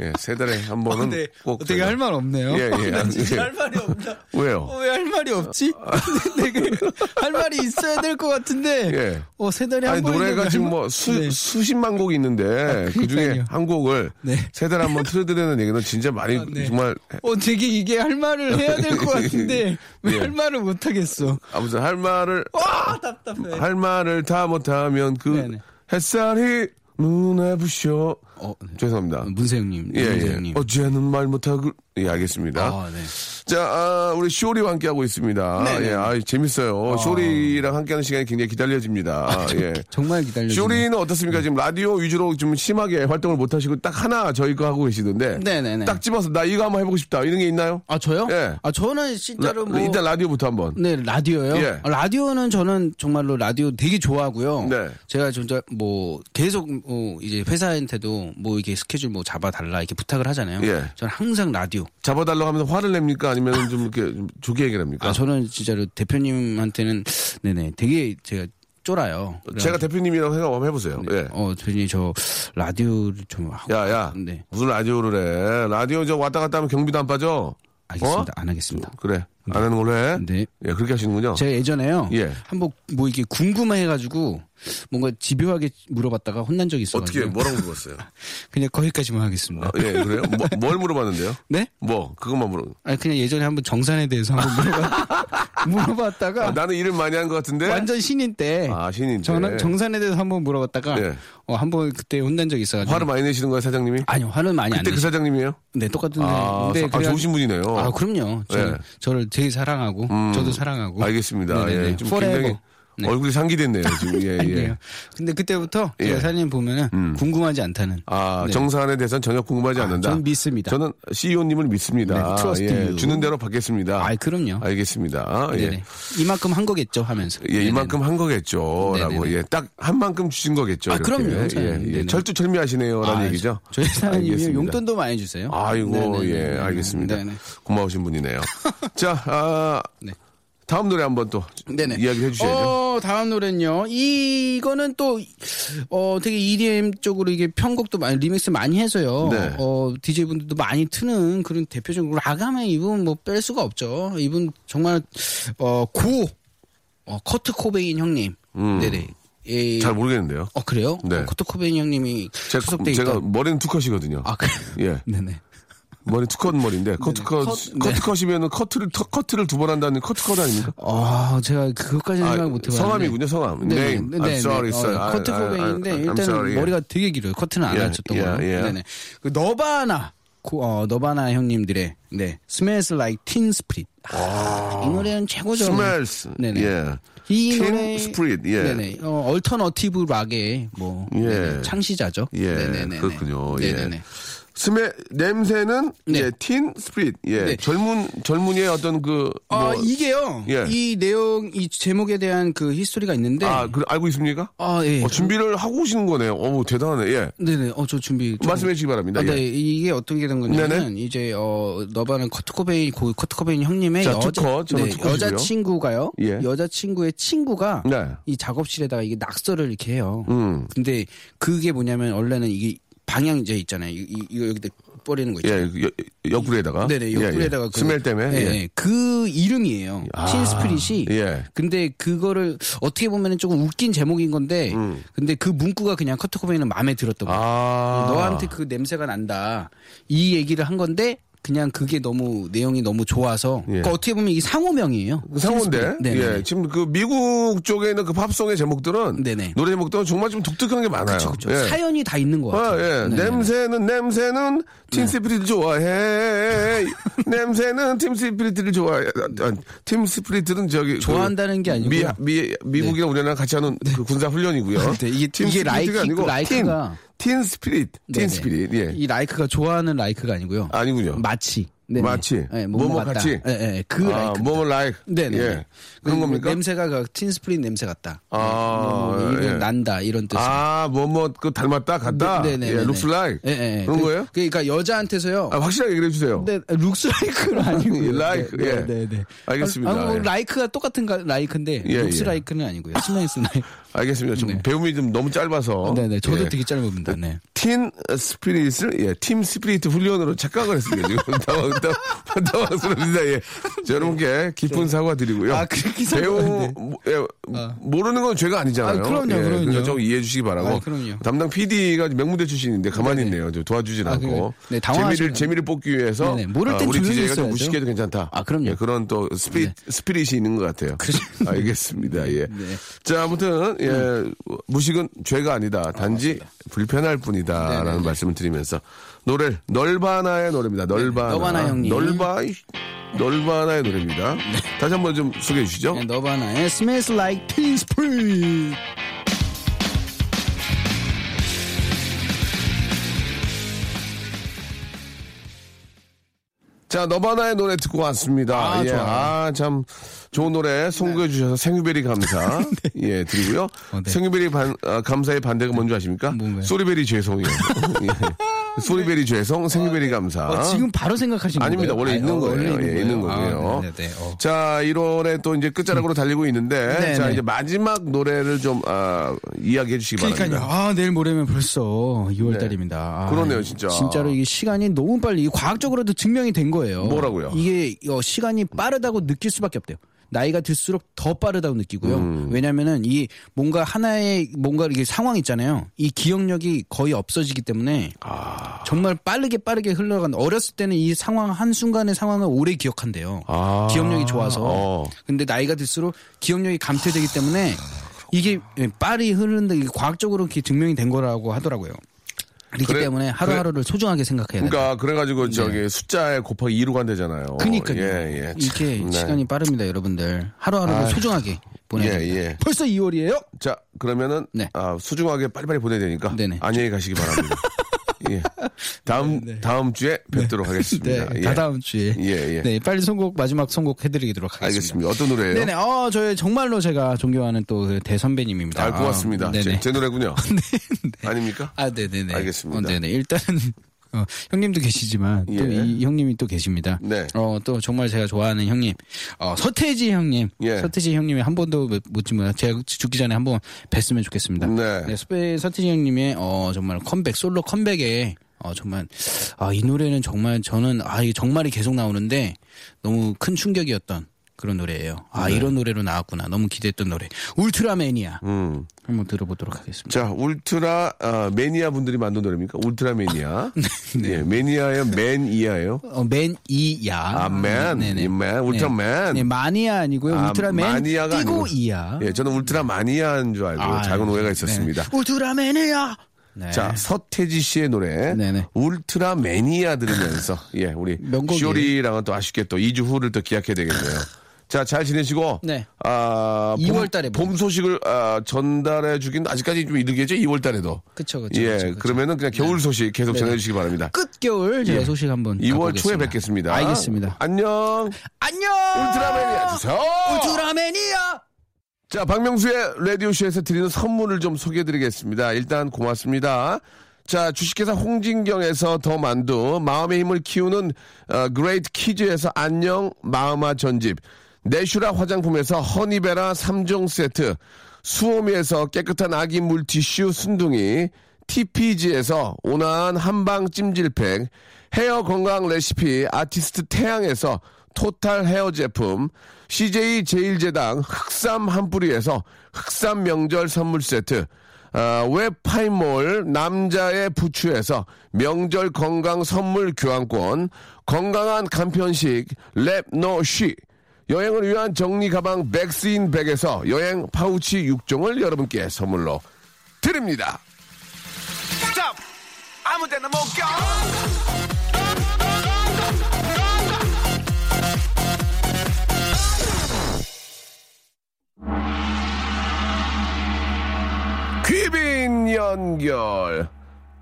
Speaker 2: 예, 세 달에 한 번은
Speaker 3: 네.
Speaker 2: 꼭.
Speaker 3: 어떻게
Speaker 2: 저희가-
Speaker 3: 할 말 없네요.
Speaker 2: 예, 예.
Speaker 3: 난 진짜
Speaker 2: 예. 아,
Speaker 3: 할 말이 없다.
Speaker 2: 왜요?
Speaker 3: 왜 할 말이 없지? 내가 할 말이 있어야 될 것 같은데.
Speaker 2: 예.
Speaker 3: 어, 세 달에
Speaker 2: 아니
Speaker 3: 한 번.
Speaker 2: 노래가 지금 뭐 수,
Speaker 3: 네.
Speaker 2: 수십만 곡이 있는데 그 중에
Speaker 3: 그러니까요.
Speaker 2: 한 곡을
Speaker 3: 네.
Speaker 2: 세 달에 한 번 틀어드리는 얘기는 진짜 많이
Speaker 3: 네.
Speaker 2: 정말
Speaker 3: 어, 되게 이게 할 말을 해야 될 것 같은데 왜
Speaker 2: 예.
Speaker 3: 할 말을 못 하겠어?
Speaker 2: 아무튼 할 말을
Speaker 3: 와 어, 답답해.
Speaker 2: 할 말을 다 못하면 그
Speaker 3: 네네.
Speaker 2: 햇살이 눈에 부셔.
Speaker 3: 어, 네.
Speaker 2: 죄송합니다.
Speaker 3: 문세영님,
Speaker 2: 예, 예.
Speaker 3: 문세영님.
Speaker 2: 어제는 말 못하고. 예, 알겠습니다.
Speaker 3: 아, 네.
Speaker 2: 자, 아, 우리 쇼리와 함께하고 있습니다.
Speaker 3: 네네.
Speaker 2: 예, 아, 재밌어요. 쇼리랑 함께하는 시간이 굉장히 기다려집니다. 예.
Speaker 3: 정말 아, 기다려.
Speaker 2: 쇼리는
Speaker 3: 네.
Speaker 2: 어떻습니까? 지금 라디오 위주로 좀 심하게 활동을 못하시고 딱 하나 저희 거 하고 계시던데.
Speaker 3: 네네네.
Speaker 2: 딱 집어서 나 이거 한번 해보고 싶다. 이런 게 있나요?
Speaker 3: 아 저요?
Speaker 2: 예.
Speaker 3: 아 저는 진짜로
Speaker 2: 라-
Speaker 3: 뭐
Speaker 2: 일단 라디오부터 한번.
Speaker 3: 네, 라디오요.
Speaker 2: 예.
Speaker 3: 아, 라디오는 저는 정말로 라디오 되게 좋아하고요.
Speaker 2: 네.
Speaker 3: 제가 진짜 뭐 계속 뭐 이제 회사한테도 뭐 이게 스케줄 뭐 잡아달라 이렇게 부탁을 하잖아요.
Speaker 2: 예.
Speaker 3: 저는 항상 라디오.
Speaker 2: 잡아달라고 하면 화를 냅니까? 아니면 좀 이렇게 좀 조기 얘기를 합니까?
Speaker 3: 아, 저는 진짜로 대표님한테는 네네 되게 제가 쫄아요.
Speaker 2: 제가 대표님이라고 생각 한번 해보세요. 예.
Speaker 3: 네. 어, 대표님 저 라디오를 좀 하고.
Speaker 2: 야, 야.
Speaker 3: 네.
Speaker 2: 무슨 라디오를 해. 라디오 저 왔다 갔다 하면 경비도 안 빠져.
Speaker 3: 알겠습니다.
Speaker 2: 어?
Speaker 3: 안 하겠습니다.
Speaker 2: 그래. 안 하는 걸로 해?
Speaker 3: 네.
Speaker 2: 예, 그렇게 하시는군요.
Speaker 3: 제가 예전에요.
Speaker 2: 예.
Speaker 3: 한번 뭐 이게 궁금해해가지고 뭔가 집요하게 물어봤다가 혼난 적이 있어요.
Speaker 2: 어떻게 뭐라고 물었어요?
Speaker 3: 그냥 거기까지만 하겠습니다.
Speaker 2: 아, 예, 그래요? 뭐, 뭘 물어봤는데요?
Speaker 3: 네?
Speaker 2: 뭐 그것만 물어.
Speaker 3: 아니 그냥 예전에 한번 정산에 대해서 한번 물어봤, 물어봤다가
Speaker 2: 아, 나는 일을 많이 한 것 같은데.
Speaker 3: 완전 신인 때.
Speaker 2: 아, 신인 때.
Speaker 3: 정, 정산에 대해서 한번 물어봤다가
Speaker 2: 예.
Speaker 3: 어, 한번 그때 혼난 적이 있어가지고.
Speaker 2: 화를 많이 내시는 거예요, 사장님이?
Speaker 3: 아니요, 화는 많이 안
Speaker 2: 그때
Speaker 3: 내요.
Speaker 2: 그 사장님이에요?
Speaker 3: 네, 똑같은데.
Speaker 2: 아,
Speaker 3: 근데
Speaker 2: 사- 아,
Speaker 3: 그래가-
Speaker 2: 좋으신 분이네요.
Speaker 3: 아, 그럼요. 저,
Speaker 2: 예.
Speaker 3: 저를 되게 사랑하고
Speaker 2: 음,
Speaker 3: 저도 사랑하고.
Speaker 2: 알겠습니다.
Speaker 3: 네네네.
Speaker 2: 예, 좀
Speaker 3: Forever.
Speaker 2: 굉장히
Speaker 3: 네.
Speaker 2: 얼굴이 상기됐네요, 지금. 예,
Speaker 3: 아니에요.
Speaker 2: 예.
Speaker 3: 근데 그때부터
Speaker 2: 예.
Speaker 3: 제가 사장님 보면은 궁금하지 않다는.
Speaker 2: 아,
Speaker 3: 네.
Speaker 2: 정산에 대해서는 전혀 궁금하지 않는다.
Speaker 3: 전 믿습니다.
Speaker 2: 저는 CEO님을 믿습니다.
Speaker 3: 네, trust
Speaker 2: 예,
Speaker 3: you.
Speaker 2: 주는 대로 받겠습니다.
Speaker 3: 아이, 그럼요.
Speaker 2: 알겠습니다. 예.
Speaker 3: 네네. 이만큼 한 거겠죠 하면서.
Speaker 2: 예,
Speaker 3: 네네네.
Speaker 2: 이만큼 한 거겠죠.
Speaker 3: 네네네.
Speaker 2: 라고. 예, 딱 한 만큼 주신 거겠죠.
Speaker 3: 아,
Speaker 2: 이렇게.
Speaker 3: 그럼요.
Speaker 2: 예, 예.
Speaker 3: 네네.
Speaker 2: 철두철미하시네요. 라는
Speaker 3: 아,
Speaker 2: 얘기죠.
Speaker 3: 저희 사장님이
Speaker 2: 알겠습니다.
Speaker 3: 용돈도 많이 주세요.
Speaker 2: 아이고,
Speaker 3: 네네네.
Speaker 2: 예, 알겠습니다.
Speaker 3: 네네.
Speaker 2: 고마우신 분이네요. 자, 아,
Speaker 3: 네.
Speaker 2: 다음 노래 한번 또
Speaker 3: 네네.
Speaker 2: 이야기 해주셔야죠.
Speaker 3: 어, 다음 노래는요. 이거는 또, 어, 되게 EDM 쪽으로 이게 편곡도 많이, 리믹스 많이 해서요.
Speaker 2: 네.
Speaker 3: 어, DJ분들도 많이 트는 그런 대표적인 라가면 이분 뭐 뺄 수가 없죠. 이분 정말, 어, 고, 어, 커트 코베인 형님. 네네. 예.
Speaker 2: 음. 잘 모르겠는데요.
Speaker 3: 어, 그래요?
Speaker 2: 네.
Speaker 3: 어, 커트 코베인 형님이
Speaker 2: 제,
Speaker 3: 소속돼 있다.
Speaker 2: 제가 머리는 투컷이거든요.
Speaker 3: 아, 그래
Speaker 2: 예.
Speaker 3: 네네.
Speaker 2: 머리 투컷 머리인데 커트컷
Speaker 3: 컷, 네.
Speaker 2: 커트컷이면은 커트를 터- 커트를 두 번 한다는 커트컷 아닙니까?
Speaker 3: 아, 제가 그것까지는
Speaker 2: 아,
Speaker 3: 생각 못 해봤는데. 네,
Speaker 2: 성함이군요, 성함. Name. I'm sorry, sir.
Speaker 3: 어,
Speaker 2: I-
Speaker 3: 커트
Speaker 2: I- I-
Speaker 3: 코베인인데
Speaker 2: I'm
Speaker 3: 일단은
Speaker 2: sorry.
Speaker 3: 머리가 되게 길어요. 커트는 안
Speaker 2: 예,
Speaker 3: 하셨던
Speaker 2: 예,
Speaker 3: 거로.
Speaker 2: 예.
Speaker 3: 네네. 그 너바나 고- 어, 너바나 형님들의 네. Smells Like Teen Spirit. 아, 이 노래는 최고죠.
Speaker 2: 스멜스.
Speaker 3: 네네.
Speaker 2: 예.
Speaker 3: 이
Speaker 2: Teen
Speaker 3: 노래
Speaker 2: Spirit, 예.
Speaker 3: 네네. 어, 얼터너티브 락의 뭐
Speaker 2: 예.
Speaker 3: 네네, 창시자죠.
Speaker 2: 예,
Speaker 3: 네네네네.
Speaker 2: 그렇군요. 예.
Speaker 3: 네네네.
Speaker 2: 스멜 냄새는
Speaker 3: 네.
Speaker 2: 예, 틴 스프릿. 예.
Speaker 3: 네.
Speaker 2: 젊은 젊은이의 어떤 그 뭐,
Speaker 3: 아, 이게요.
Speaker 2: 예.
Speaker 3: 이 내용 이 제목에 대한 그 히스토리가 있는데
Speaker 2: 아, 그 알고 있습니까?
Speaker 3: 아, 예.
Speaker 2: 어, 준비를 하고 오시는 거네요. 어우, 대단하네. 예.
Speaker 3: 네네. 어, 저 준비. 좀-
Speaker 2: 말씀해 주시기 바랍니다.
Speaker 3: 아,
Speaker 2: 예.
Speaker 3: 네, 이게 어떻게 된 거냐면
Speaker 2: 네네.
Speaker 3: 이제 어 너바는 커트 코베인 고 커트 코베인 형님의
Speaker 2: 자,
Speaker 3: 여자 네,
Speaker 2: 투컷, 저는 투컷이고요.
Speaker 3: 여자 친구가요.
Speaker 2: 예.
Speaker 3: 여자 친구의 친구가
Speaker 2: 네.
Speaker 3: 이 작업실에다가 이게 낙서를 이렇게 해요.
Speaker 2: 음.
Speaker 3: 근데 그게 뭐냐면 원래는 이게 방향제 있잖아요. 이, 이- 이거 여기다 뿌리는 거 있잖아요.
Speaker 2: 예, 여, 옆구리에다가.
Speaker 3: 네네 옆구리에다가
Speaker 2: 예, 예.
Speaker 3: 그-
Speaker 2: 스멜 때문에.
Speaker 3: 네,
Speaker 2: 예. 아,
Speaker 3: 네, 그 이름이에요. 틴 스프릿이.
Speaker 2: 예.
Speaker 3: 근데 그거를 어떻게 보면 조금 웃긴 제목인 건데,
Speaker 2: 음.
Speaker 3: 근데 그 문구가 그냥 커트 코베인은 마음에 들었던 거예요.
Speaker 2: 아.
Speaker 3: 너한테 그 냄새가 난다. 이 얘기를 한 건데 그냥 그게 너무 내용이 너무 좋아서 그러니까 어떻게 보면 이게 상호명이에요.
Speaker 2: 예. 상호인데
Speaker 3: 네.
Speaker 2: 그 예, 지금 그 미국 쪽에 있는 그 팝송의 제목들은
Speaker 3: 네네.
Speaker 2: 노래 제목들은 정말 좀 독특한 게 많아요.
Speaker 3: 그렇죠, 그렇죠.
Speaker 2: 예.
Speaker 3: 사연이 다 있는 것
Speaker 2: 아,
Speaker 3: 같아요. 네,
Speaker 2: 예. 냄새는 냄새는 팀스피릿 좋아해. 냄새는 팀스피릿을 좋아해. 아, 아, 팀스피릿은 저기 그
Speaker 3: 좋아한다는 게 아니고요.
Speaker 2: 미, 미, 미국이랑 우리나라 같이 하는 그 군사 훈련이고요.
Speaker 3: 네, 이게-
Speaker 2: 팀
Speaker 3: 이게
Speaker 2: 스피릿이
Speaker 3: 라이크-
Speaker 2: 아니고
Speaker 3: 라이크가- 네,
Speaker 2: 틴, 팀스피릿, 팀스피릿. 예.
Speaker 3: 이 라이크가 좋아하는 라이크가 아니고요.
Speaker 2: 아니군요.
Speaker 3: 마치. 네네.
Speaker 2: 마치.
Speaker 3: 예,
Speaker 2: 뭐뭐
Speaker 3: 같다.
Speaker 2: 같이?
Speaker 3: 예, 예, 그
Speaker 2: 아,
Speaker 3: 라이크.
Speaker 2: 뭐 라이크.
Speaker 3: 네네.
Speaker 2: 예. 그런 겁니까?
Speaker 3: 냄새가 그 틴스프린 냄새 같다.
Speaker 2: 아,
Speaker 3: 뭐 이건
Speaker 2: 예.
Speaker 3: 난다 이런 뜻.
Speaker 2: 아, 뭐, 뭐, 그, 닮았다, 같다?
Speaker 3: 네네.
Speaker 2: 예, looks like.
Speaker 3: 예, 예, 예.
Speaker 2: 그런
Speaker 3: 그- 네.
Speaker 2: 거예요?
Speaker 3: 그러니까 여자한테서요.
Speaker 2: 아, 확실하게 얘기해 주세요.
Speaker 3: 근데 룩스라이크는 아니고요.
Speaker 2: 라이크,
Speaker 3: 네,
Speaker 2: 예.
Speaker 3: 네, 네.
Speaker 2: 알겠습니다.
Speaker 3: 아, 뭐
Speaker 2: 예.
Speaker 3: 라이크가 똑같은 가- 라이크인데
Speaker 2: 예, 예.
Speaker 3: 룩스라이크는 아니고요. 스마이스 라이크.
Speaker 2: 알겠습니다. 좀
Speaker 3: 네.
Speaker 2: 배움이 좀 너무 짧아서.
Speaker 3: 네, 네. 저도
Speaker 2: 예.
Speaker 3: 되게 짧습니다. 네.
Speaker 2: 팀 스피릿을, 예, 팀 스피릿 훈련으로 착각을 했습니다. 지금 당황, 당황, 당황스럽습니다. 예. 자, 여러분께 깊은 사과드리고요.
Speaker 3: 아, 그렇게
Speaker 2: 배우,
Speaker 3: 사과하는데.
Speaker 2: 예, 모르는 건 죄가 아니잖아요.
Speaker 3: 아, 그럼요,
Speaker 2: 예,
Speaker 3: 그럼요.
Speaker 2: 그래서 좀 이해해 주시기 바라고.
Speaker 3: 아, 그럼요.
Speaker 2: 담당 PD가 명문대 출신인데 가만히 있네요. 좀 도와주진
Speaker 3: 아,
Speaker 2: 않고.
Speaker 3: 그래요? 네, 당황하시면-
Speaker 2: 재미를, 재미를 뽑기 위해서. 아,
Speaker 3: 네네, 모를 땐
Speaker 2: 우리
Speaker 3: 조용히
Speaker 2: DJ가 좀
Speaker 3: 있어야죠.
Speaker 2: 무식해도 괜찮다.
Speaker 3: 아, 그럼요. 네.
Speaker 2: 예, 그런 또 스피릿, 스피릿이 있는 것 같아요. 알겠습니다. 예. 자, 아무튼, 예, 무식은 죄가 아니다. 단지 불편할 뿐이다.
Speaker 3: 네,
Speaker 2: 라는 말씀을 드리면서. 노래, 널바나의 노래입니다. 널바나.
Speaker 3: 너바나 네, 형님.
Speaker 2: 널바, 널바나의 노래입니다. 다시 한번 좀 소개해 주시죠.
Speaker 3: 네, 너바나의 Smells Like Teen Spirit.
Speaker 2: 자, 너바나의 노래 듣고 왔습니다.
Speaker 3: 아,
Speaker 2: 예,
Speaker 3: 좋아요. 네.
Speaker 2: 아, 참, 좋은 노래 송구해 주셔서 생유베리 감사. 예, 드리고요.
Speaker 3: 어, 네.
Speaker 2: 생유베리 반- 아, 감사의 반대가 뭔지 아십니까?
Speaker 3: 뭔가요?
Speaker 2: 소리베리 죄송해요. 예. 소리베리 죄송, 생유베리 감사.
Speaker 3: 어, 지금 바로 생각하신
Speaker 2: 아? 아닙니다.
Speaker 3: 건가요?
Speaker 2: 원래
Speaker 3: 아,
Speaker 2: 있는
Speaker 3: 어,
Speaker 2: 거예요.
Speaker 3: 원래
Speaker 2: 예, 있는 거고요.
Speaker 3: 아, 네네네. 어.
Speaker 2: 자, 1월에 또 이제 끝자락으로 달리고 있는데,
Speaker 3: 네,
Speaker 2: 자,
Speaker 3: 네.
Speaker 2: 이제 마지막 노래를 좀, 아, 이야기해 주시기
Speaker 3: 그러니까요.
Speaker 2: 바랍니다. 네.
Speaker 3: 아 내일 모레면 벌써 2월달입니다. 아,
Speaker 2: 그러네요, 진짜.
Speaker 3: 진짜로 이게 시간이 너무 빨리 이게 과학적으로도 증명이 된 거예요.
Speaker 2: 뭐라고요?
Speaker 3: 이게 어, 시간이 빠르다고 느낄 수밖에 없대요. 나이가 들수록 더 빠르다고 느끼고요.
Speaker 2: 음.
Speaker 3: 왜냐면은 이 뭔가 하나의 뭔가 이게 상황 있잖아요. 이 기억력이 거의 없어지기 때문에 정말 빠르게 빠르게 흘러간 어렸을 때는 이 상황 한 순간의 상황을 오래 기억한대요.
Speaker 2: 아.
Speaker 3: 기억력이 좋아서.
Speaker 2: 어.
Speaker 3: 근데 나이가 들수록 기억력이 감퇴되기 때문에
Speaker 2: 아,
Speaker 3: 이게 예, 빨리 흐르는데 이게 과학적으로 이렇게 증명이 된 거라고 하더라고요. 그렇기
Speaker 2: 그래-
Speaker 3: 때문에 하루하루를 소중하게 생각해야 돼요.
Speaker 2: 그러니까, 그래가지고 저기 숫자에 곱하기 2로 간대잖아요.
Speaker 3: 네. 그니까요.
Speaker 2: 예, 예.
Speaker 3: 이렇게
Speaker 2: 참, 네. 아,
Speaker 3: 시간이 빠릅니다, 여러분들. 하루하루를 소중하게 보내야
Speaker 2: 예,
Speaker 3: 됩니다.
Speaker 2: 예.
Speaker 3: 벌써 2월이에요?
Speaker 2: 자, 그러면은
Speaker 3: 네.
Speaker 2: 아, 수중하게 빨리빨리 보내야 되니까
Speaker 3: 네네.
Speaker 2: 안녕히 가시기 바랍니다. 예. 다음 다음 주에 뵙도록
Speaker 3: 네,
Speaker 2: 하겠습니다. 예.
Speaker 3: 다 다음 주에.
Speaker 2: 예, 예.
Speaker 3: 네, 빨리 선곡 마지막 선곡 해드리도록 하겠습니다.
Speaker 2: 알겠습니다. 어떤 노래예요?
Speaker 3: 네네. 어, 저의 정말로 제가 존경하는 또그 대선배님입니다.
Speaker 2: 알 것 같습니다.
Speaker 3: 아, 네네.
Speaker 2: 아, 제, 제 노래군요. 아닙니까?
Speaker 3: 아, 네네네.
Speaker 2: 알겠습니다.
Speaker 3: 어, 네네. 일단은, 어, 형님도 계시지만, 또
Speaker 2: 예.
Speaker 3: 이 형님이 또 계십니다.
Speaker 2: 네.
Speaker 3: 어, 또 정말 제가 좋아하는 형님. 어, 서태지 형님.
Speaker 2: 예.
Speaker 3: 서태지 형님이 한 번도 못- 못 지면, 제가 죽기 전에 한 번 뵀으면 좋겠습니다.
Speaker 2: 네.
Speaker 3: 스페 서태지 형님의, 어, 정말 컴백, 솔로 컴백에, 어, 정말, 아, 이 노래는 정말 저는, 아, 이게 정말이 계속 나오는데, 너무 큰 충격이었던, 그런 노래예요.
Speaker 2: 네.
Speaker 3: 아 이런 노래로 나왔구나. 너무 기대했던 노래. 울트라매니아.
Speaker 2: 음.
Speaker 3: 한번 들어보도록 하겠습니다.
Speaker 2: 자, 울트라 아, 매니아 분들이 만든 노래입니까? 울트라 매니아. 네. 예, 매니아예요, 맨이아예요.
Speaker 3: 어, 맨이야.
Speaker 2: 아, 맨. 이 맨, 울트라맨.
Speaker 3: 네, 마니아 아니고요.
Speaker 2: 아,
Speaker 3: 울트라맨.
Speaker 2: 마니아가
Speaker 3: 뛰고
Speaker 2: 아니고.
Speaker 3: 이야.
Speaker 2: 예, 저는 울트라 마니아인 줄 알고
Speaker 3: 아,
Speaker 2: 작은
Speaker 3: 네.
Speaker 2: 오해가 있었습니다.
Speaker 3: 네. 울트라맨이야. 네.
Speaker 2: 자, 서태지 씨의 노래
Speaker 3: 네네.
Speaker 2: 울트라 매니아 들으면서 예, 우리
Speaker 3: 명곡이에요.
Speaker 2: 쇼리랑은 또 아쉽게 또 2주 후를 또 기약해야 되겠네요. 자, 잘 지내시고
Speaker 3: 네.
Speaker 2: 아, 봄-
Speaker 3: 2월 달에 뭐.
Speaker 2: 봄 소식을 아, 전달해 주긴 아직까지 좀 이르겠죠. 2월 달에도.
Speaker 3: 그쵸, 그쵸,
Speaker 2: 예,
Speaker 3: 그쵸, 그쵸.
Speaker 2: 그러면은 그냥 겨울 소식 계속 전해 주시기 바랍니다.
Speaker 3: 끝겨울 제가 소식 한번
Speaker 2: 2월
Speaker 3: 가보겠습니다.
Speaker 2: 초에 뵙겠습니다.
Speaker 3: 알겠습니다.
Speaker 2: 안녕.
Speaker 3: 안녕.
Speaker 2: 울트라 매니아 주세요.
Speaker 3: 울트라맨이야.
Speaker 2: 자, 박명수의 라디오쇼에서 드리는 선물을 좀 소개해 드리겠습니다. 일단 고맙습니다. 자, 주식회사 홍진경에서 더 만두, 마음의 힘을 키우는 어, 그레이트 키즈에서 안녕 마음아 전집, 내슈라 화장품에서 허니베라 3종 세트, 수오미에서 깨끗한 아기 물티슈 순둥이, TPG에서 온화한 한방 찜질팩, 헤어 건강 레시피 아티스트 태양에서 토탈 헤어 제품, CJ 제일제당 흑삼 한 뿌리에서 흑삼 명절 선물 세트, 아, 웹파이몰 남자의 부추에서 명절 건강 선물 교환권, 건강한 간편식 랩노쉬, 여행을 위한 정리 가방 백스인 백에서 여행 파우치 6종을 여러분께 선물로 드립니다.
Speaker 1: 스탑! 아무 데나 못 가!
Speaker 2: 귀빈 연결.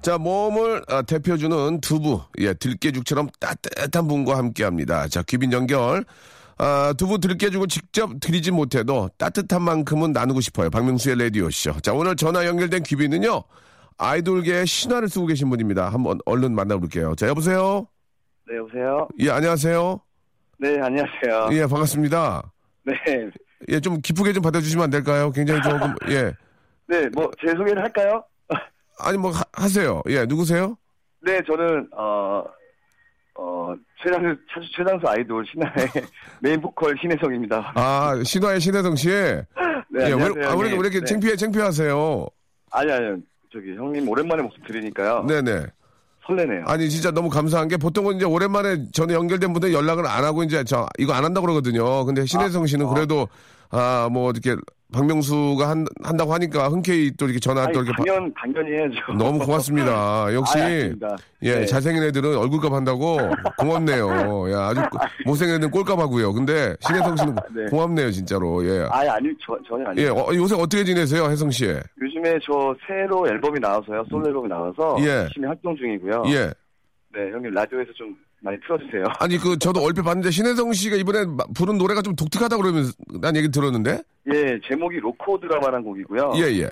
Speaker 2: 자, 몸을 아, 대표주는 두부, 예, 들깨죽처럼 따뜻한 분과 함께 합니다. 자, 귀빈 연결. 아, 두부 들깨죽을 직접 드리지 못해도 따뜻한 만큼은 나누고 싶어요. 박명수의 라디오쇼. 자, 오늘 전화 연결된 귀빈은요, 아이돌계의 신화를 쓰고 계신 분입니다. 한번 얼른 만나볼게요. 자, 여보세요?
Speaker 5: 네, 여보세요?
Speaker 2: 예, 안녕하세요?
Speaker 5: 네, 안녕하세요.
Speaker 2: 예, 반갑습니다.
Speaker 5: 네.
Speaker 2: 예, 좀 기쁘게 좀 받아주시면 안 될까요? 굉장히 조금, 예.
Speaker 5: 네, 뭐, 제 소개를 할까요?
Speaker 2: 아니, 뭐, 하, 하세요. 예, 누구세요?
Speaker 5: 네, 저는, 어, 어, 최장수, 차수 최장수 아이돌 신화의 메인 보컬 신혜성입니다.
Speaker 2: 아, 신화의 신혜성 씨.
Speaker 5: 네,
Speaker 2: 예, 왜,
Speaker 5: 안녕하세요.
Speaker 2: 아, 왜, 이렇게- 왜 이렇게
Speaker 5: 네.
Speaker 2: 창피해, 창피하세요?
Speaker 5: 아니, 아니, 저기, 형님 오랜만에 목소리 들으니까요.
Speaker 2: 네네.
Speaker 5: 설레네요.
Speaker 2: 아니, 진짜 너무 감사한 게 보통은 이제 오랜만에 전에 연결된 분들 연락을 안 하고 이제 저 이거 안 한다고 그러거든요. 근데 신혜성 씨는 그래도 아, 뭐 이렇게 박명수가 한, 한다고 하니까 흔쾌히 또 이렇게 전화
Speaker 5: 아니,
Speaker 2: 또 이렇게 받-
Speaker 5: 당연, 당연히 해야죠.
Speaker 2: 너무 고맙습니다. 역시
Speaker 5: 아니, 아닙니다.
Speaker 2: 예
Speaker 5: 네.
Speaker 2: 잘생긴 애들은 얼굴값 한다고 고맙네요. 야 아주 꼬- 못생긴 애들은 꼴값 하고요. 근데 신혜성 씨는
Speaker 5: 네.
Speaker 2: 고맙네요 진짜로. 예.
Speaker 5: 아니, 네. 아니, 저, 전혀 아니에요.
Speaker 2: 예 어, 요새 어떻게 지내세요 혜성 씨?
Speaker 5: 요즘에 저 새로 앨범이 나와서요. 솔로 앨범이 나와서
Speaker 2: 예.
Speaker 5: 열심히 활동 중이고요.
Speaker 2: 예.
Speaker 5: 네, 형님 라디오에서 좀 많이 틀어주세요.
Speaker 2: 아니 그 저도 얼핏 봤는데 신혜성 씨가 이번에 마- 부른 노래가 좀 독특하다 그러면 난 얘기 들었는데
Speaker 5: 예, 제목이 로코 드라마란 곡이고요.
Speaker 2: 예예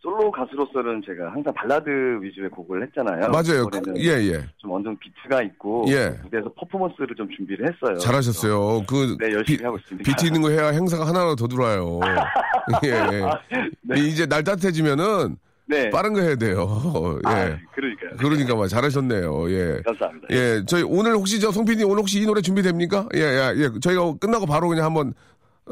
Speaker 5: 솔로 가수로서는 제가 항상 발라드 위주의 곡을 했잖아요.
Speaker 2: 맞아요.
Speaker 5: 이번에는
Speaker 2: 예, 예.
Speaker 5: 좀 어느 정도 비트가 있고
Speaker 2: 예.
Speaker 5: 무대에서 퍼포먼스를 좀 준비를 했어요.
Speaker 2: 잘하셨어요. 그
Speaker 5: 네, 열심히 하고 있습니다.
Speaker 2: 비트 있는 거 해야 행사가 하나라도 더 들어와요. 예.
Speaker 5: 네.
Speaker 2: 이제 날 따뜻해지면은
Speaker 5: 네.
Speaker 2: 빠른 거 해야 돼요. 예.
Speaker 5: 아, 그러니까요.
Speaker 2: 그러니까 말 잘하셨네요. 예.
Speaker 5: 감사합니다.
Speaker 2: 예, 저희 오늘 혹시 저 송PD 오늘 혹시 이 노래 준비됩니까? 예, 예, 예. 저희가 끝나고 바로 그냥 한번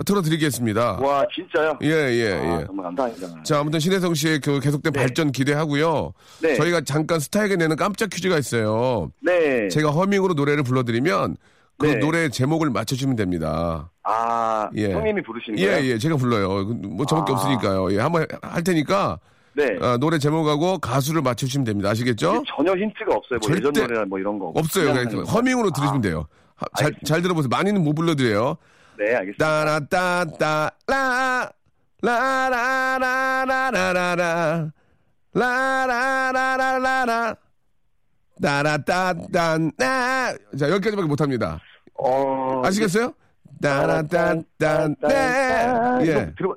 Speaker 2: 틀어드리겠습니다.
Speaker 5: 와 진짜요?
Speaker 2: 예, 예,
Speaker 5: 아,
Speaker 2: 예.
Speaker 5: 정말 감사합니다.
Speaker 2: 자, 아무튼 신혜성 씨의 그 계속된 발전 기대하고요.
Speaker 5: 네.
Speaker 2: 저희가 잠깐 스타에게 내는 깜짝 퀴즈가 있어요.
Speaker 5: 네.
Speaker 2: 제가 허밍으로 노래를 불러드리면 그
Speaker 5: 네.
Speaker 2: 노래 제목을 맞춰주면 됩니다.
Speaker 5: 아
Speaker 2: 예.
Speaker 5: 형님이 부르시는
Speaker 2: 예,
Speaker 5: 거예요?
Speaker 2: 예, 제가 불러요. 그, 뭐 저밖에
Speaker 5: 아.
Speaker 2: 없으니까요. 예, 한번 할 테니까
Speaker 5: 네.
Speaker 2: 아, 노래 제목하고 가수를 맞춰주시면 됩니다. 아시겠죠?
Speaker 5: 전혀 힌트가 없어요. 뭐 예전
Speaker 2: 절대-
Speaker 5: 노래나 뭐 이런 거 없고.
Speaker 2: 없어요.
Speaker 5: 그냥
Speaker 2: 그냥
Speaker 5: 하는 거.
Speaker 2: 허밍으로 들으시면 돼요. 하- 잘,
Speaker 5: 알겠습니다.
Speaker 2: 잘 들어보세요. 많이는 못 불러드려요.
Speaker 5: 네 알겠습니다.
Speaker 2: 따라따따라 라라라라라라라 라라라라라라 따라따따나 자 여기까지밖에 못합니다.
Speaker 5: 어,
Speaker 2: 아시겠어요? 따라따따나 예.
Speaker 5: 들어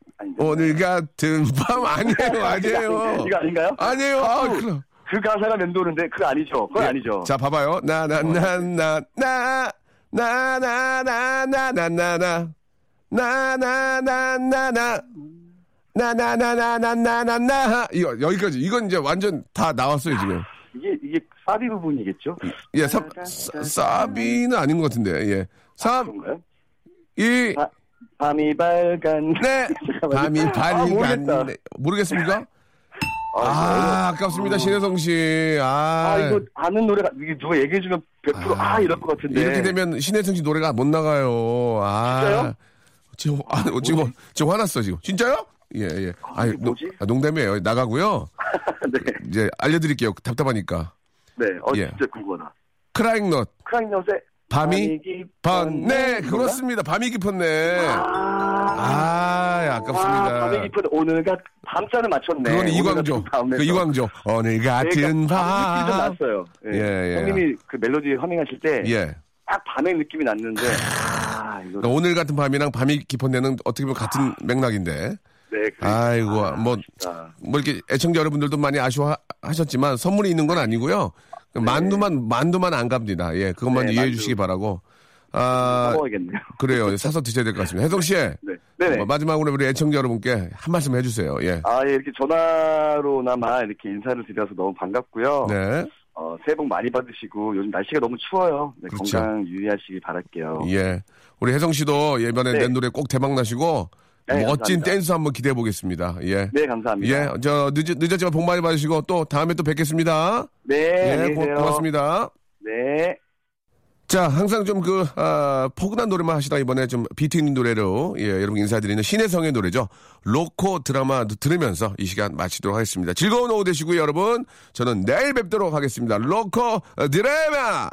Speaker 5: 아닌데.
Speaker 2: 오늘 같은 밤 아니에요 아니에요
Speaker 5: 이거 아닌가요?
Speaker 2: 아니에요 아 큰일 나.
Speaker 5: 그 가사가 맴도는데 그거 아니죠.
Speaker 2: 예.
Speaker 5: 그건 아니죠.
Speaker 2: 자, 봐봐요. 나, 나, 나, 나, 나, 나, 나, 나, 나, 나, 나, 나. 나, 나, 나, 나, 나. 나, 나, 나, 나, 나, 나, 나, 나. 이거, 여기까지. 이건 이제 완전 다 나왔어요, 지금.
Speaker 5: 이게 이게 사비 부분이겠죠?
Speaker 2: 예,
Speaker 5: 아,
Speaker 2: 삽,
Speaker 5: 네,
Speaker 2: 사- 사비는 아닌 것 같은데, 예. 삼
Speaker 5: 그런가요?
Speaker 2: 이
Speaker 5: 아, 밤이 밝은.
Speaker 2: 네. 밤이
Speaker 5: 잠깐만요. 아,
Speaker 2: 반이
Speaker 5: 모르겠다.
Speaker 2: 갔는데. 모르겠습니까?
Speaker 5: 아, 어.
Speaker 2: 아, 아깝습니다, 신혜성 씨. 아.
Speaker 5: 아, 이거 아는 노래가 이게 누가 얘기해주면 100%아 이럴 것 같은데.
Speaker 2: 예, 이렇게 되면 신혜성 씨 노래가 못 나가요. 아.
Speaker 5: 진짜요?
Speaker 2: 지금, 아, 지금, 지금 화났어, 지금. 진짜요? 예, 예. 아, 농,
Speaker 5: 뭐지?
Speaker 2: 아, 농담이에요. 나가고요.
Speaker 5: 네.
Speaker 2: 이제 알려드릴게요. 답답하니까.
Speaker 5: 네. 어
Speaker 2: 예.
Speaker 5: 진짜 궁금하다.
Speaker 2: 크라잉넛,
Speaker 5: 크라잉넛의
Speaker 2: 밤이
Speaker 5: 밤
Speaker 2: 깊었네. 그렇습니다. 밤이 깊었네. 아, 예,
Speaker 5: 와,
Speaker 2: 아깝습니다.
Speaker 5: 밤이 깊은 오늘가 밤자를 맞췄네.
Speaker 2: 그건
Speaker 5: 오늘
Speaker 2: 이광조.
Speaker 5: 같은 밤에서.
Speaker 2: 그 이광조. 오늘 같은
Speaker 5: 그러니까 밤 느낌이 좀
Speaker 2: 밤.
Speaker 5: 났어요. 예.
Speaker 2: 예, 예.
Speaker 5: 형님이 그 멜로디 허밍하실 때 딱
Speaker 2: 예.
Speaker 5: 밤의 느낌이 났는데 아 이거
Speaker 2: 그러니까 오늘 같은 밤이랑 밤이 깊었네는 어떻게 보면 같은 맥락인데.
Speaker 5: 아. 네 그래.
Speaker 2: 아이고, 뭐,
Speaker 5: 아쉽다.
Speaker 2: 뭐 이렇게 애청자 여러분들도 많이 아쉬워하셨지만 선물이 있는 건 아니고요. 만두만, 만두만 안 갑니다. 예, 그것만
Speaker 5: 네,
Speaker 2: 이해해
Speaker 5: 만두. 뭐,
Speaker 2: 주시기 바라고. 아,
Speaker 5: 먹어야겠네요.
Speaker 2: 그래요. 사서 드셔야 될 것 같습니다. 혜성 씨.
Speaker 5: 네. 네네.
Speaker 2: 뭐 마지막으로 우리 애청자 여러분께 한 말씀 해주세요. 예.
Speaker 5: 아, 예, 이렇게 전화로나마 이렇게 인사를 드려서 너무 반갑고요.
Speaker 2: 네.
Speaker 5: 어, 새해 복 많이 받으시고 요즘 날씨가 너무 추워요. 네,
Speaker 2: 그렇죠.
Speaker 5: 건강 유의하시기 바랄게요.
Speaker 2: 예. 우리 혜성 씨도 예전에
Speaker 5: 어. 네.
Speaker 2: 낸 노래 꼭 대박 나시고
Speaker 5: 네,
Speaker 2: 멋진
Speaker 5: 감사합니다.
Speaker 2: 댄스 한번 기대해 보겠습니다. 예.
Speaker 5: 네, 감사합니다.
Speaker 2: 예. 저 늦, 늦었지만 복 많이 받으시고 또 다음에 또 뵙겠습니다.
Speaker 5: 네,
Speaker 2: 예.
Speaker 5: 안녕히
Speaker 2: 고,
Speaker 5: 계세요.
Speaker 2: 고맙습니다.
Speaker 5: 네.
Speaker 2: 자, 항상 좀 그, 아, 포근한 노래만 하시다 이번에 좀 비트 있는 노래로, 예, 여러분 인사드리는 신혜성의 노래죠. 로코 드라마 들으면서 이 시간 마치도록 하겠습니다. 즐거운 오후 되시고요, 여러분. 저는 내일 뵙도록 하겠습니다. 로코 드라마!